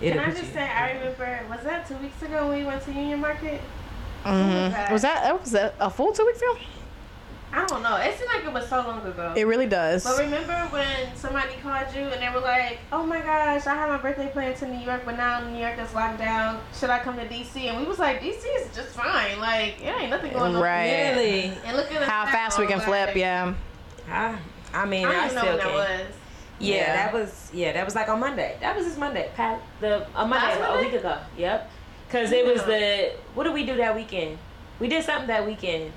[SPEAKER 2] Can I just say, I remember, was that two weeks ago when we went to Union Market?
[SPEAKER 1] Mm-hmm.
[SPEAKER 3] Mhm. Was that that was a, a full two weeks ago?
[SPEAKER 2] I don't know. It seemed like it was so long ago.
[SPEAKER 3] It really does.
[SPEAKER 2] But remember when somebody called you and they were like, "Oh my gosh, I have my birthday plans to New York, but now New York is locked down. Should I come to DC?" And we was like, "DC is just fine. Like it ain't nothing going on."
[SPEAKER 3] Right.
[SPEAKER 1] really
[SPEAKER 2] And look at us
[SPEAKER 3] How
[SPEAKER 2] now,
[SPEAKER 3] fast we can
[SPEAKER 2] like,
[SPEAKER 3] flip? Yeah.
[SPEAKER 1] i, I mean
[SPEAKER 2] I
[SPEAKER 1] i,
[SPEAKER 2] don't even know
[SPEAKER 1] still
[SPEAKER 2] when
[SPEAKER 1] can
[SPEAKER 2] that was.
[SPEAKER 1] Yeah,
[SPEAKER 3] Yeah.
[SPEAKER 1] that was yeah, that was like on Monday. That was this Monday, Pat, the a Monday,
[SPEAKER 2] Last
[SPEAKER 1] about a
[SPEAKER 2] Monday?
[SPEAKER 1] week ago. Yep, because it was the what did we do that weekend? We did something that weekend,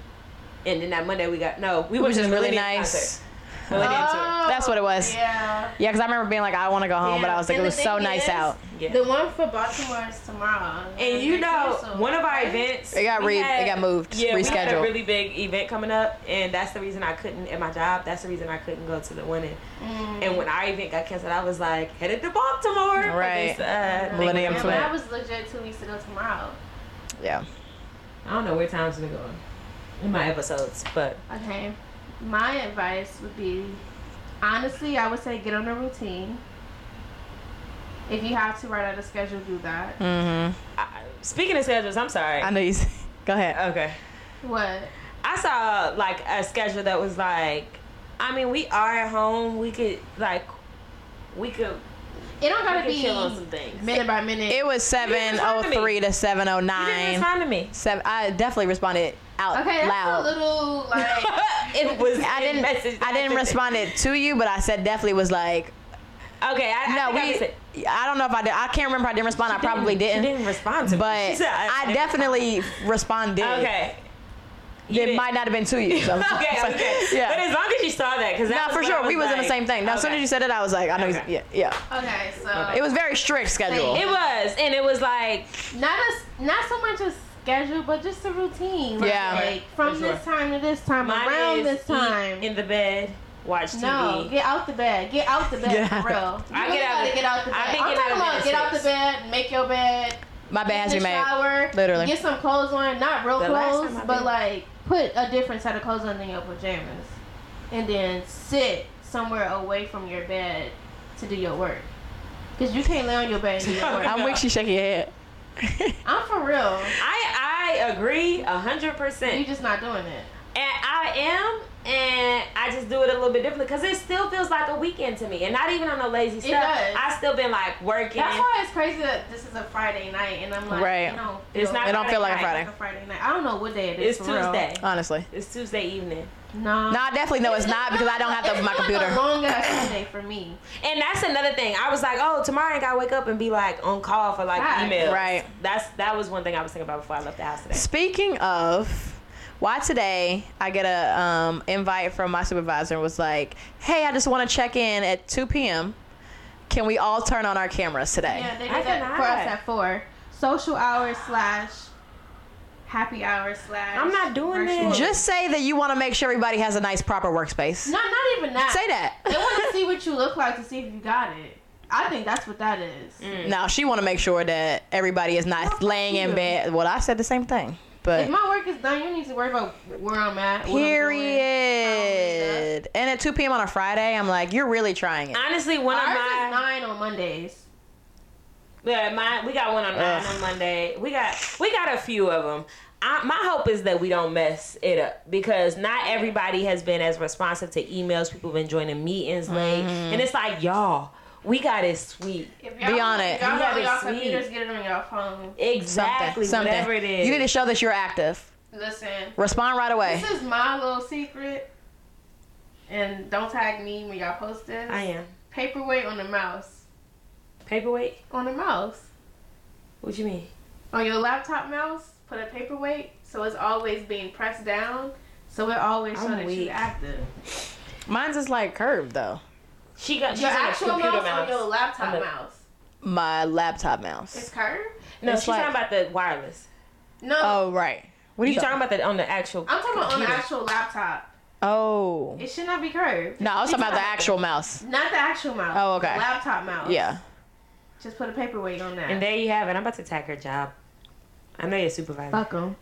[SPEAKER 1] and then that Monday we got no, we
[SPEAKER 3] It was
[SPEAKER 1] went to
[SPEAKER 3] just
[SPEAKER 1] the
[SPEAKER 3] really
[SPEAKER 1] Millennium
[SPEAKER 3] nice. Ah.
[SPEAKER 1] concert. Millennium tour.
[SPEAKER 3] That's what it was.
[SPEAKER 2] Oh, Yeah.
[SPEAKER 3] Yeah, because I remember being like, I want to go home, but
[SPEAKER 2] Yeah.
[SPEAKER 3] I was like,
[SPEAKER 2] And
[SPEAKER 3] it
[SPEAKER 2] the
[SPEAKER 3] was so
[SPEAKER 2] thing
[SPEAKER 3] nice
[SPEAKER 2] is,
[SPEAKER 3] out.
[SPEAKER 1] Yeah.
[SPEAKER 2] The one for Baltimore is tomorrow.
[SPEAKER 1] And you
[SPEAKER 2] They
[SPEAKER 1] know,
[SPEAKER 2] canceled,
[SPEAKER 1] one of our
[SPEAKER 2] right?
[SPEAKER 1] events
[SPEAKER 3] It got
[SPEAKER 1] we
[SPEAKER 3] re- it got moved,
[SPEAKER 1] Yeah, we had a
[SPEAKER 3] rescheduled.
[SPEAKER 1] really big event coming up, and that's the reason I couldn't at my job. That's the reason I couldn't go to the one. in-
[SPEAKER 2] Mm.
[SPEAKER 3] Mm-hmm.
[SPEAKER 1] And when our event got canceled, I was like headed to Baltimore. for
[SPEAKER 3] Right.
[SPEAKER 1] this, uh, thing.
[SPEAKER 3] Millennium
[SPEAKER 2] yeah,
[SPEAKER 3] Flip.
[SPEAKER 2] but that was legit two weeks ago tomorrow.
[SPEAKER 3] Yeah.
[SPEAKER 1] I don't know where times been going in my episodes, but
[SPEAKER 2] Okay. My advice would be honestly, I would say get on a routine. If you have to write out a schedule, do that.
[SPEAKER 3] Mm-hmm.
[SPEAKER 1] I, speaking of schedules, I'm sorry.
[SPEAKER 3] I know you. said- Go ahead.
[SPEAKER 1] okay.
[SPEAKER 2] What?
[SPEAKER 1] I saw like a schedule that was like, I mean, we are at home. We could like, we could
[SPEAKER 2] It don't
[SPEAKER 1] we
[SPEAKER 2] gotta
[SPEAKER 1] could chill on
[SPEAKER 2] be
[SPEAKER 1] some things.
[SPEAKER 2] minute by minute.
[SPEAKER 3] It was seven oh three to seven oh
[SPEAKER 1] You didn't
[SPEAKER 3] nine.
[SPEAKER 1] respond to me.
[SPEAKER 3] Seven. I definitely responded out
[SPEAKER 2] okay, that's
[SPEAKER 3] loud.
[SPEAKER 2] a little like
[SPEAKER 1] it was.
[SPEAKER 3] I
[SPEAKER 1] in
[SPEAKER 3] didn't.
[SPEAKER 1] message that
[SPEAKER 3] I didn't
[SPEAKER 1] sent.
[SPEAKER 3] respond it to you, but I said definitely was like,
[SPEAKER 1] Okay. I,
[SPEAKER 3] no,
[SPEAKER 1] I think I
[SPEAKER 3] we.
[SPEAKER 1] said-
[SPEAKER 3] I don't know if I did. I can't remember. if I didn't respond. I
[SPEAKER 1] she
[SPEAKER 3] probably didn't.
[SPEAKER 1] She didn't respond to me. She
[SPEAKER 3] But
[SPEAKER 1] said,
[SPEAKER 3] I, definitely responded.
[SPEAKER 1] Okay. You
[SPEAKER 3] It
[SPEAKER 1] didn't-
[SPEAKER 3] might not have been to you. So.
[SPEAKER 1] okay,
[SPEAKER 3] so,
[SPEAKER 1] okay. But
[SPEAKER 3] Yeah.
[SPEAKER 1] as long as you saw that, because
[SPEAKER 3] No, for sure. we was in the same thing. Now, as soon as you said it, I was like, I know.
[SPEAKER 1] Okay.
[SPEAKER 3] He's, yeah,
[SPEAKER 2] Okay, so
[SPEAKER 3] yeah. It was very strict schedule.
[SPEAKER 1] it was, and it was like
[SPEAKER 2] not a, not so much a schedule, but just a routine. Like,
[SPEAKER 3] Yeah.
[SPEAKER 2] like, from
[SPEAKER 1] For sure.
[SPEAKER 2] this time to this time,
[SPEAKER 1] mine
[SPEAKER 2] around
[SPEAKER 1] is
[SPEAKER 2] this time.
[SPEAKER 1] eat in the bed, watch TV.
[SPEAKER 2] No, get out the bed. Get out the bed,
[SPEAKER 3] Yeah.
[SPEAKER 2] for real.
[SPEAKER 1] I
[SPEAKER 2] You
[SPEAKER 1] get out
[SPEAKER 2] gotta
[SPEAKER 1] of-
[SPEAKER 2] get out the bed.
[SPEAKER 1] I
[SPEAKER 2] I
[SPEAKER 1] think
[SPEAKER 2] am
[SPEAKER 1] get out
[SPEAKER 2] talking
[SPEAKER 1] of bed
[SPEAKER 2] about
[SPEAKER 1] at
[SPEAKER 2] get out the
[SPEAKER 1] six.
[SPEAKER 2] bed, make your bed,
[SPEAKER 3] My bed has
[SPEAKER 2] get
[SPEAKER 3] been
[SPEAKER 2] in the
[SPEAKER 3] made.
[SPEAKER 2] shower,
[SPEAKER 3] Literally.
[SPEAKER 2] get some clothes on. Not real
[SPEAKER 1] The last
[SPEAKER 2] clothes,
[SPEAKER 1] time I
[SPEAKER 2] but
[SPEAKER 1] did.
[SPEAKER 2] like put a different set of clothes on than your pajamas, and then sit somewhere away from your bed to do your work. Cause you can't lay on your bed and do your work.
[SPEAKER 3] I'm weak. She shaking your head.
[SPEAKER 2] I'm for real.
[SPEAKER 1] I I agree a hundred percent.
[SPEAKER 2] You just not doing it.
[SPEAKER 1] And I am, and I just do it a little bit differently because it still feels like a weekend to me, and not even on the lazy
[SPEAKER 2] It
[SPEAKER 1] stuff.
[SPEAKER 2] does.
[SPEAKER 1] I still been like working.
[SPEAKER 2] That's why it's crazy that this is a Friday night, and I'm like,
[SPEAKER 3] Right.
[SPEAKER 2] you know,
[SPEAKER 1] It's not
[SPEAKER 3] It don't feel like a
[SPEAKER 1] night.
[SPEAKER 2] like a Friday night. I don't know what day it is.
[SPEAKER 1] It's
[SPEAKER 2] for real.
[SPEAKER 1] Tuesday.
[SPEAKER 3] Honestly.
[SPEAKER 1] It's Tuesday evening,
[SPEAKER 2] No.
[SPEAKER 3] No, I definitely know it's not because I don't have to open my
[SPEAKER 2] It's
[SPEAKER 3] computer.
[SPEAKER 2] not a long ass Sunday for me.
[SPEAKER 1] and that's another thing. I was like, oh, tomorrow I gotta wake up and be like on call for like
[SPEAKER 2] Right.
[SPEAKER 1] emails.
[SPEAKER 3] Right.
[SPEAKER 1] That's that was one thing I was thinking about before I left the house today.
[SPEAKER 3] Speaking of, why today I get a um, invite from my supervisor and was like, "Hey, I just want to check in at 2 p.m. Can we all turn on our cameras today?"
[SPEAKER 2] Yeah, they did
[SPEAKER 1] I
[SPEAKER 2] that for
[SPEAKER 1] cannot.
[SPEAKER 2] us at four. Social hour slash happy hour slash.
[SPEAKER 1] I'm not doing
[SPEAKER 2] virtual.
[SPEAKER 1] that.
[SPEAKER 3] Just say that you want to make sure everybody has a nice, proper workspace.
[SPEAKER 2] No, not even that.
[SPEAKER 3] Say that.
[SPEAKER 2] They want to see what you look like to see if you got it. I think that's what that is.
[SPEAKER 3] No, she want to make sure that everybody is not laying in
[SPEAKER 2] you.
[SPEAKER 3] bed. Well, I said the same thing,
[SPEAKER 2] If
[SPEAKER 3] but
[SPEAKER 2] my work is done, you don't need to worry about where I'm at. what I'm doing. I
[SPEAKER 3] period. Oh, And at 2 p.m. on a Friday, I'm like, you're really trying it.
[SPEAKER 1] Honestly, one of
[SPEAKER 2] Ours
[SPEAKER 1] my
[SPEAKER 2] is nine on Mondays.
[SPEAKER 1] Yeah, my we got one on nine
[SPEAKER 3] Ugh.
[SPEAKER 1] on Monday. We got we got a few of them. I, my hope is that we don't mess it up because not everybody has been as responsive to emails. People have been joining meetings late,
[SPEAKER 3] Mm-hmm.
[SPEAKER 1] and it's like y'all, we got it sweet.
[SPEAKER 2] If
[SPEAKER 3] Be on it.
[SPEAKER 2] Y'all
[SPEAKER 1] You
[SPEAKER 2] got
[SPEAKER 1] gotta
[SPEAKER 2] it on y'all
[SPEAKER 1] see.
[SPEAKER 2] computers. Get it on y'all phone.
[SPEAKER 1] Exactly, whatever it is.
[SPEAKER 3] You need to show that you're active.
[SPEAKER 2] Listen.
[SPEAKER 3] Respond right away.
[SPEAKER 2] This is my little secret. and don't tag me when y'all post this.
[SPEAKER 1] I am.
[SPEAKER 2] Paperweight on the mouse.
[SPEAKER 1] Paperweight?
[SPEAKER 2] On the mouse.
[SPEAKER 1] What you mean?
[SPEAKER 2] On your laptop mouse, put a paperweight so it's always being pressed down. So it always shows
[SPEAKER 1] I'm
[SPEAKER 2] that
[SPEAKER 1] weak.
[SPEAKER 2] you're active.
[SPEAKER 3] Mine's is like curved though.
[SPEAKER 1] She got she's
[SPEAKER 2] Your
[SPEAKER 1] on a
[SPEAKER 2] actual
[SPEAKER 1] computer
[SPEAKER 2] mouse,
[SPEAKER 1] mouse.
[SPEAKER 2] on your laptop
[SPEAKER 1] On the-
[SPEAKER 2] mouse.
[SPEAKER 3] My laptop
[SPEAKER 2] It's
[SPEAKER 3] mouse.
[SPEAKER 2] curved?
[SPEAKER 1] No,
[SPEAKER 3] It's
[SPEAKER 1] she's
[SPEAKER 3] like-
[SPEAKER 1] talking about the wireless.
[SPEAKER 2] No.
[SPEAKER 3] Oh right. What are
[SPEAKER 1] You
[SPEAKER 3] you
[SPEAKER 1] talking
[SPEAKER 3] talking?
[SPEAKER 1] about that on the actual?
[SPEAKER 2] I'm talking about on the
[SPEAKER 1] computer.
[SPEAKER 2] actual laptop.
[SPEAKER 3] Oh.
[SPEAKER 2] It should not be curved.
[SPEAKER 3] No, I was
[SPEAKER 1] You
[SPEAKER 3] talking about the
[SPEAKER 1] talking-
[SPEAKER 3] actual mouse.
[SPEAKER 2] Not the actual mouse.
[SPEAKER 3] Oh, okay.
[SPEAKER 2] The laptop mouse.
[SPEAKER 3] Yeah.
[SPEAKER 2] Just put a paperweight on that.
[SPEAKER 1] And there you have it. I'm about to tag her job. I know your supervisor.
[SPEAKER 2] Fuck 'em.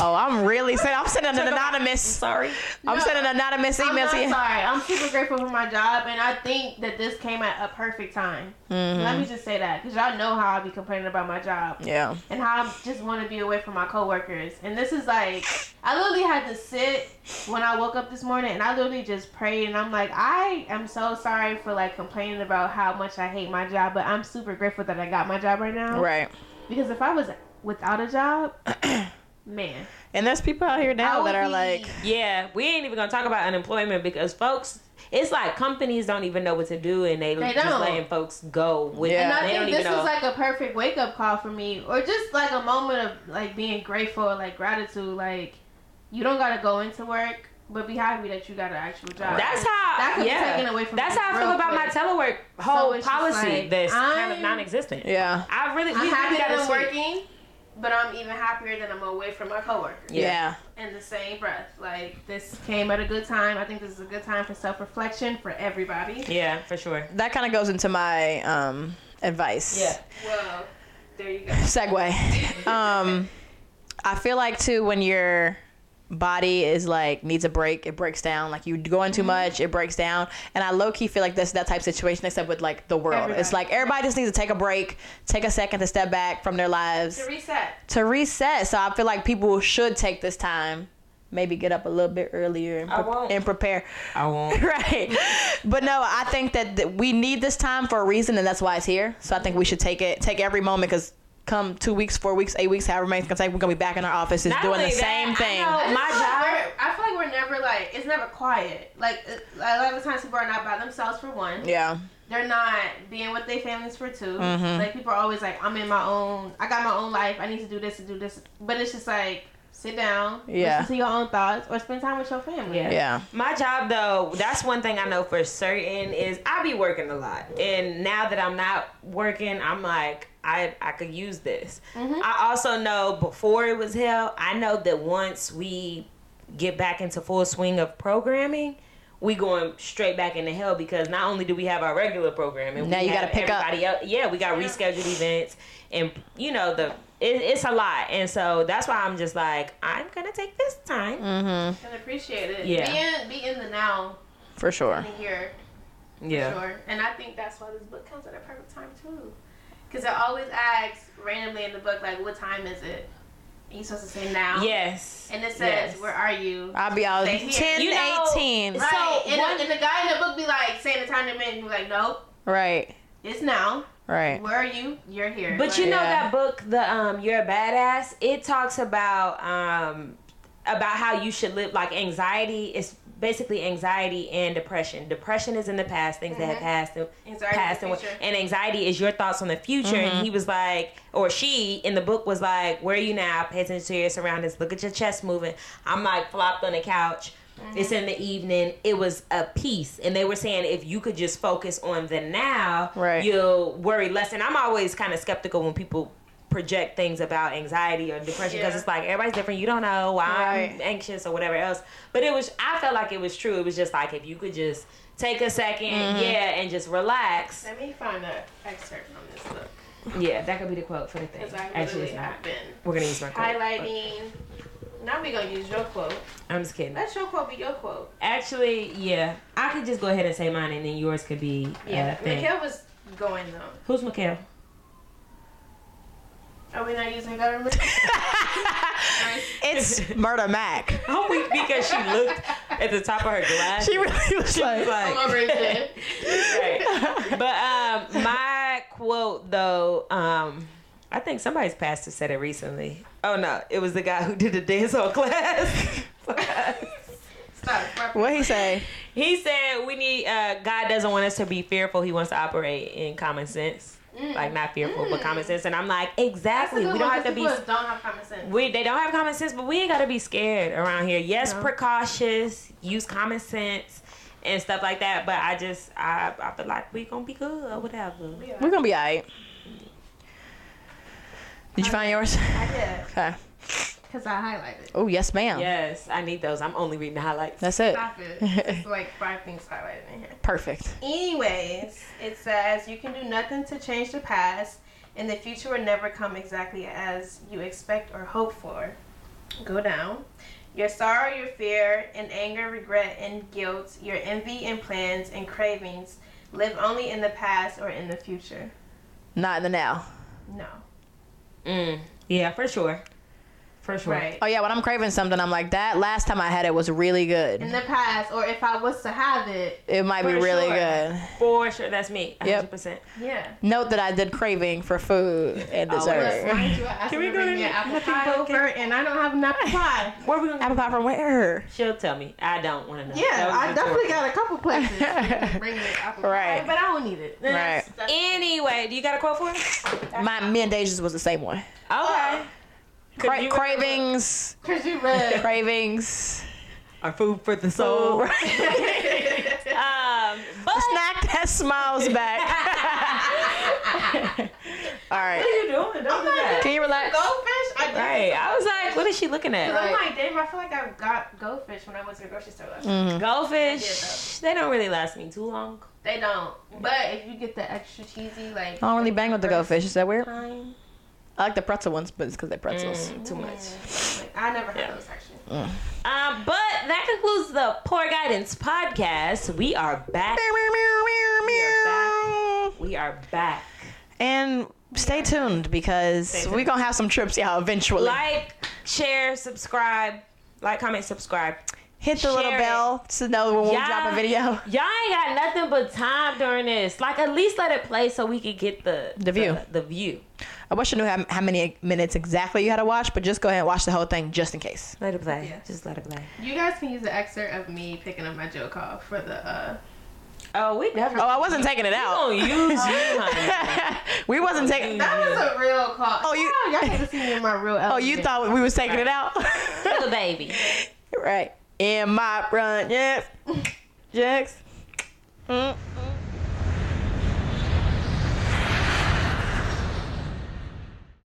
[SPEAKER 3] Oh, I'm really sending. I'm sending an anonymous.
[SPEAKER 1] Sorry.
[SPEAKER 3] I'm
[SPEAKER 2] No,
[SPEAKER 3] sending an anonymous
[SPEAKER 2] I'm
[SPEAKER 3] email
[SPEAKER 2] not
[SPEAKER 3] to you.
[SPEAKER 2] sorry. I'm super grateful for my job, and I think that this came at a perfect time.
[SPEAKER 3] Mm-hmm.
[SPEAKER 2] Let me just say that, because y'all know how I be complaining about my job
[SPEAKER 3] Yeah.
[SPEAKER 2] and how I just want to be away from my coworkers. And this is like, I literally had to sit when I woke up this morning, and I literally just prayed, and I'm like, I am so sorry for like complaining about how much I hate my job, but I'm super grateful that I got my job right now.
[SPEAKER 3] Right.
[SPEAKER 2] Because if I was without a job, man,
[SPEAKER 3] And there's people out here
[SPEAKER 2] I
[SPEAKER 3] now
[SPEAKER 2] would
[SPEAKER 3] that are
[SPEAKER 2] be-
[SPEAKER 3] like,
[SPEAKER 1] Yeah, we ain't even gonna talk about unemployment because folks, it's like companies don't even know what to do and they,
[SPEAKER 2] They
[SPEAKER 1] just
[SPEAKER 2] don't.
[SPEAKER 1] letting folks go with.
[SPEAKER 3] Yeah.
[SPEAKER 2] And I
[SPEAKER 1] they don't
[SPEAKER 2] think
[SPEAKER 1] even
[SPEAKER 2] this
[SPEAKER 1] know.
[SPEAKER 2] was like a perfect wake up call for me, or just like a moment of like being grateful, like gratitude. Like you don't gotta go into work, but be happy that you got an actual job.
[SPEAKER 1] that's how.
[SPEAKER 2] That could be
[SPEAKER 1] yeah.
[SPEAKER 2] taken away from
[SPEAKER 1] That's
[SPEAKER 2] you
[SPEAKER 1] how I
[SPEAKER 2] real
[SPEAKER 1] feel about my
[SPEAKER 2] quick.
[SPEAKER 1] telework whole
[SPEAKER 2] it's just
[SPEAKER 1] policy
[SPEAKER 2] like,
[SPEAKER 1] that's kind of
[SPEAKER 2] I'm-
[SPEAKER 1] non-existent.
[SPEAKER 3] yeah,
[SPEAKER 1] I really, we
[SPEAKER 2] I'm
[SPEAKER 1] really
[SPEAKER 2] happy that
[SPEAKER 1] gotta
[SPEAKER 2] I'm
[SPEAKER 1] switch.
[SPEAKER 2] working, but I'm even happier that I'm away from my coworkers.
[SPEAKER 1] Yeah.
[SPEAKER 3] yeah,
[SPEAKER 2] In the same breath, like this came at a good time. I think this is a good time for self reflection for everybody.
[SPEAKER 1] Yeah, for sure.
[SPEAKER 3] that kind of goes into my um advice.
[SPEAKER 1] Yeah.
[SPEAKER 2] Well, there you go.
[SPEAKER 3] Segue. um, I feel like too when your body is like needs a break, it breaks down. Like you go
[SPEAKER 1] Mm-hmm.
[SPEAKER 3] in too much, it breaks down. And I low key feel like that's that type of situation, except with like the world. It's
[SPEAKER 2] Everybody.
[SPEAKER 3] like everybody just needs to take a break, take a second to step back from their lives.
[SPEAKER 2] To reset.
[SPEAKER 3] to reset. So I feel like people should take this time, maybe get up a little bit earlier and,
[SPEAKER 1] I
[SPEAKER 3] pre-
[SPEAKER 1] won't.
[SPEAKER 3] and prepare.
[SPEAKER 1] I won't.
[SPEAKER 3] right. but no, I think that, that we need this time for a reason, and that's why it's here. So I think we should take it, take every moment, because come two weeks, four weeks, eight weeks, however many it's gonna take, we're gonna be back in our offices
[SPEAKER 1] Not
[SPEAKER 3] doing
[SPEAKER 1] only
[SPEAKER 3] the
[SPEAKER 1] that, I
[SPEAKER 3] same thing.
[SPEAKER 1] know-
[SPEAKER 2] I
[SPEAKER 1] My
[SPEAKER 2] just feel like
[SPEAKER 1] job-
[SPEAKER 2] we're- I feel like we're never like it's never quiet. Like uh, a lot of the times people are not by themselves for one.
[SPEAKER 3] Yeah.
[SPEAKER 2] They're not being with their families for 2
[SPEAKER 1] Mm-hmm.
[SPEAKER 2] Like people are always like, I'm in my own. I got my own life. I need to do this to do this. But it's just like sit down,
[SPEAKER 3] Yeah.
[SPEAKER 2] listen to your own thoughts, or spend time with your family.
[SPEAKER 1] Yeah.
[SPEAKER 3] Yeah.
[SPEAKER 1] My job though, that's one thing I know for certain is I be working a lot. And now that I'm not working, I'm like I I could use this.
[SPEAKER 3] Mm-hmm.
[SPEAKER 1] I also know before it was hell, I know that once we get back into full swing of programming, we going straight back into hell because not only do we have our regular programming,
[SPEAKER 3] Now
[SPEAKER 1] we
[SPEAKER 3] you gotta
[SPEAKER 1] have
[SPEAKER 3] pick up.
[SPEAKER 1] everybody else. Yeah, we got rescheduled events, and you know the it, it's a lot, and so that's why I'm just like I'm gonna take this time.
[SPEAKER 2] And appreciate it.
[SPEAKER 1] Yeah.
[SPEAKER 2] Be in, be in the now,
[SPEAKER 3] Mm-hmm. For sure.
[SPEAKER 2] in the here,
[SPEAKER 1] Yeah.
[SPEAKER 2] sure. And I think that's why this book comes at a perfect time too. Because it always asks randomly in the book, like, what time is it? And you're supposed to say now.
[SPEAKER 1] Yes.
[SPEAKER 2] And it says,
[SPEAKER 1] Yes.
[SPEAKER 2] where are you?
[SPEAKER 3] I'll be out
[SPEAKER 2] Same here.
[SPEAKER 3] 10,
[SPEAKER 1] You know-
[SPEAKER 3] 18.
[SPEAKER 1] Right.
[SPEAKER 2] Right.
[SPEAKER 1] So,
[SPEAKER 2] and,
[SPEAKER 1] one-
[SPEAKER 2] and the guy in the book be like saying the time to men, and be like, nope,
[SPEAKER 3] Right.
[SPEAKER 2] it's now.
[SPEAKER 3] Right.
[SPEAKER 2] Where are you? You're here.
[SPEAKER 1] But you
[SPEAKER 2] Like,
[SPEAKER 1] know
[SPEAKER 3] Yeah.
[SPEAKER 1] that book, the um, You're a Badass. It talks about um, about how you should live. Like anxiety is basically anxiety and depression. Depression is in the past, things that have passed and
[SPEAKER 2] Mm-hmm. Anxiety is
[SPEAKER 1] passed,
[SPEAKER 2] the
[SPEAKER 1] and, what-
[SPEAKER 2] future.
[SPEAKER 1] and anxiety is your thoughts on the future. And
[SPEAKER 3] Mm-hmm.
[SPEAKER 1] he was like, or she in the book was like, "Where are you now? Pay attention to your surroundings. Look at your chest moving." I'm like flopped on the couch.
[SPEAKER 3] Mm-hmm.
[SPEAKER 1] It's in the evening. It was a piece, and they were saying if you could just focus on the now,
[SPEAKER 3] Right.
[SPEAKER 1] you you'll worry less. And I'm always kind of skeptical when people project things about anxiety or depression because
[SPEAKER 2] Yeah.
[SPEAKER 1] it's like everybody's different. You don't know why I'm
[SPEAKER 3] Right.
[SPEAKER 1] anxious or whatever else. But it was, I felt like it was true. It was just like if you could just take a 2nd
[SPEAKER 3] Mm-hmm.
[SPEAKER 1] yeah, and just relax.
[SPEAKER 2] Let me find an excerpt from this book.
[SPEAKER 1] Yeah, that could be the quote for the thing.
[SPEAKER 2] Because I
[SPEAKER 1] Actually,
[SPEAKER 2] literally
[SPEAKER 1] it's not.
[SPEAKER 2] have been
[SPEAKER 1] We're gonna use my quote.
[SPEAKER 2] highlighting. Now we're going to use your quote.
[SPEAKER 1] I'm just kidding.
[SPEAKER 2] Let your quote be your quote.
[SPEAKER 1] Actually, yeah, I could just go ahead and say mine, and then yours could be yeah.
[SPEAKER 2] Yeah.
[SPEAKER 1] Uh, thing.
[SPEAKER 2] Mikhail was going though.
[SPEAKER 1] Who's Mikhail?
[SPEAKER 2] Are we not using government?
[SPEAKER 3] It's Murder Mac.
[SPEAKER 1] I'm weak Oh, because she looked at the top of her glass.
[SPEAKER 3] She really was like,
[SPEAKER 2] I'm over it. then.
[SPEAKER 1] Right. but um, my quote though, um, I think somebody's pastor said it recently. Oh no, it was the guy who did the dance hall class.
[SPEAKER 2] Stop. Where
[SPEAKER 3] What he say?
[SPEAKER 1] He said we need uh God doesn't want us to be fearful. He wants to operate in common sense. Like not fearful, but common sense. And I'm like, exactly. We don't have to be
[SPEAKER 2] Don't have common sense.
[SPEAKER 1] we they don't have common sense, but we ain't gotta be scared around here. Yes, precautious, use common sense and stuff like that. But I just I I feel like we gonna be good or whatever.
[SPEAKER 3] We're gonna be alright. Did you find yours?
[SPEAKER 2] I did
[SPEAKER 3] Okay.
[SPEAKER 2] because I highlighted.
[SPEAKER 3] Oh yes, ma'am.
[SPEAKER 1] Yes, I need those. I'm only reading the highlights.
[SPEAKER 3] That's it.
[SPEAKER 2] Stop it. It's like five things highlighted in here.
[SPEAKER 3] Perfect.
[SPEAKER 2] Anyways, it says you can do nothing to change the past, and the future will never come exactly as you expect or hope for. Go down. Your sorrow, your fear, and anger, regret, and guilt, your envy and plans and cravings live only in the past or in the future.
[SPEAKER 3] Not in the now.
[SPEAKER 2] No.
[SPEAKER 1] Mm. Yeah, for sure. For sure.
[SPEAKER 2] Right.
[SPEAKER 3] Oh yeah, when I'm craving something, I'm like that. Last time I had it was really
[SPEAKER 2] In
[SPEAKER 3] good.
[SPEAKER 2] the past, or if I was to have it,
[SPEAKER 3] It might be
[SPEAKER 1] For
[SPEAKER 3] really
[SPEAKER 1] sure.
[SPEAKER 3] good.
[SPEAKER 1] For sure. That's me. A
[SPEAKER 3] Yep.
[SPEAKER 1] hundred percent.
[SPEAKER 2] yeah.
[SPEAKER 3] Note that I did craving for food and
[SPEAKER 2] But
[SPEAKER 3] dessert.
[SPEAKER 2] mind you, I asked
[SPEAKER 1] Can
[SPEAKER 2] him
[SPEAKER 1] we
[SPEAKER 2] to
[SPEAKER 1] go
[SPEAKER 2] bring
[SPEAKER 1] to
[SPEAKER 2] me an
[SPEAKER 1] the
[SPEAKER 2] apple
[SPEAKER 1] happy
[SPEAKER 2] pie
[SPEAKER 1] bucket?
[SPEAKER 2] over, and I don't have an apple pie.
[SPEAKER 1] Where we gonna
[SPEAKER 3] Apple pie from where?
[SPEAKER 1] She'll tell me. I don't want to know. That
[SPEAKER 2] Yeah,
[SPEAKER 1] was
[SPEAKER 2] I definitely
[SPEAKER 1] rhetorical.
[SPEAKER 2] got a couple places. to Bring the apple pie,
[SPEAKER 3] Right.
[SPEAKER 2] but I don't need it. That's-
[SPEAKER 3] Right.
[SPEAKER 2] that's-
[SPEAKER 1] Anyway, do you got a quote for Uh, us?
[SPEAKER 3] My me and Deja's was the same one.
[SPEAKER 1] Okay. Could
[SPEAKER 3] Cra-
[SPEAKER 1] you-
[SPEAKER 3] cravings,
[SPEAKER 2] Cause you read.
[SPEAKER 3] cravings.
[SPEAKER 1] Our food for the soul.
[SPEAKER 3] Right.
[SPEAKER 2] Uh,
[SPEAKER 1] um, but
[SPEAKER 3] Snack that smiles back. All
[SPEAKER 1] what are
[SPEAKER 3] right.
[SPEAKER 1] you doing? Don't do that.
[SPEAKER 3] Can you relax?
[SPEAKER 2] Goldfish. I did.
[SPEAKER 1] Right. I was like, what is she looking at?
[SPEAKER 2] I'm like, damn. I feel like I got goldfish when I was in the grocery store. Last
[SPEAKER 3] Mm-hmm.
[SPEAKER 2] time.
[SPEAKER 1] Goldfish, they don't really last me too long.
[SPEAKER 2] They don't. But if you get the extra cheesy, like.
[SPEAKER 3] I don't really bang with the goldfish. Is that weird?
[SPEAKER 1] Time.
[SPEAKER 3] I like the pretzel ones, but it's because they're pretzels.
[SPEAKER 1] Mm, too much.
[SPEAKER 2] Like, I never had
[SPEAKER 1] Yeah.
[SPEAKER 2] those actually.
[SPEAKER 1] Um, but that concludes the Poor Guidance podcast. We are back. We are back.
[SPEAKER 3] And stay tuned because
[SPEAKER 1] tuned.
[SPEAKER 3] we're gonna have some trips, y'all. Eventually,
[SPEAKER 1] Like, share, subscribe. Like, comment, subscribe.
[SPEAKER 3] hit the little
[SPEAKER 1] share
[SPEAKER 3] bell to know when we
[SPEAKER 1] Yeah.
[SPEAKER 3] drop a video.
[SPEAKER 1] Y'all ain't got nothing but time during this. Like, at least let it play so we could get the
[SPEAKER 3] The view.
[SPEAKER 1] The, the view.
[SPEAKER 3] I wish I knew how, how many minutes exactly you had to watch, but just go ahead and watch the whole thing just in case.
[SPEAKER 1] Let it play.
[SPEAKER 2] Yeah.
[SPEAKER 1] Just let it play.
[SPEAKER 2] You guys can use the excerpt of me picking up my joke off for the. uh
[SPEAKER 1] Oh, we definitely
[SPEAKER 3] Oh, I wasn't taking it out.
[SPEAKER 1] gonna use you, honey.
[SPEAKER 3] we wasn't taking.
[SPEAKER 2] That was a real call.
[SPEAKER 3] Mm-hmm. Oh, you-
[SPEAKER 2] Wow, y'all need to see me in my real.
[SPEAKER 3] Oh, you thought we was taking it out,
[SPEAKER 1] the baby.
[SPEAKER 3] right? In my front, yeah, Jax. Mm.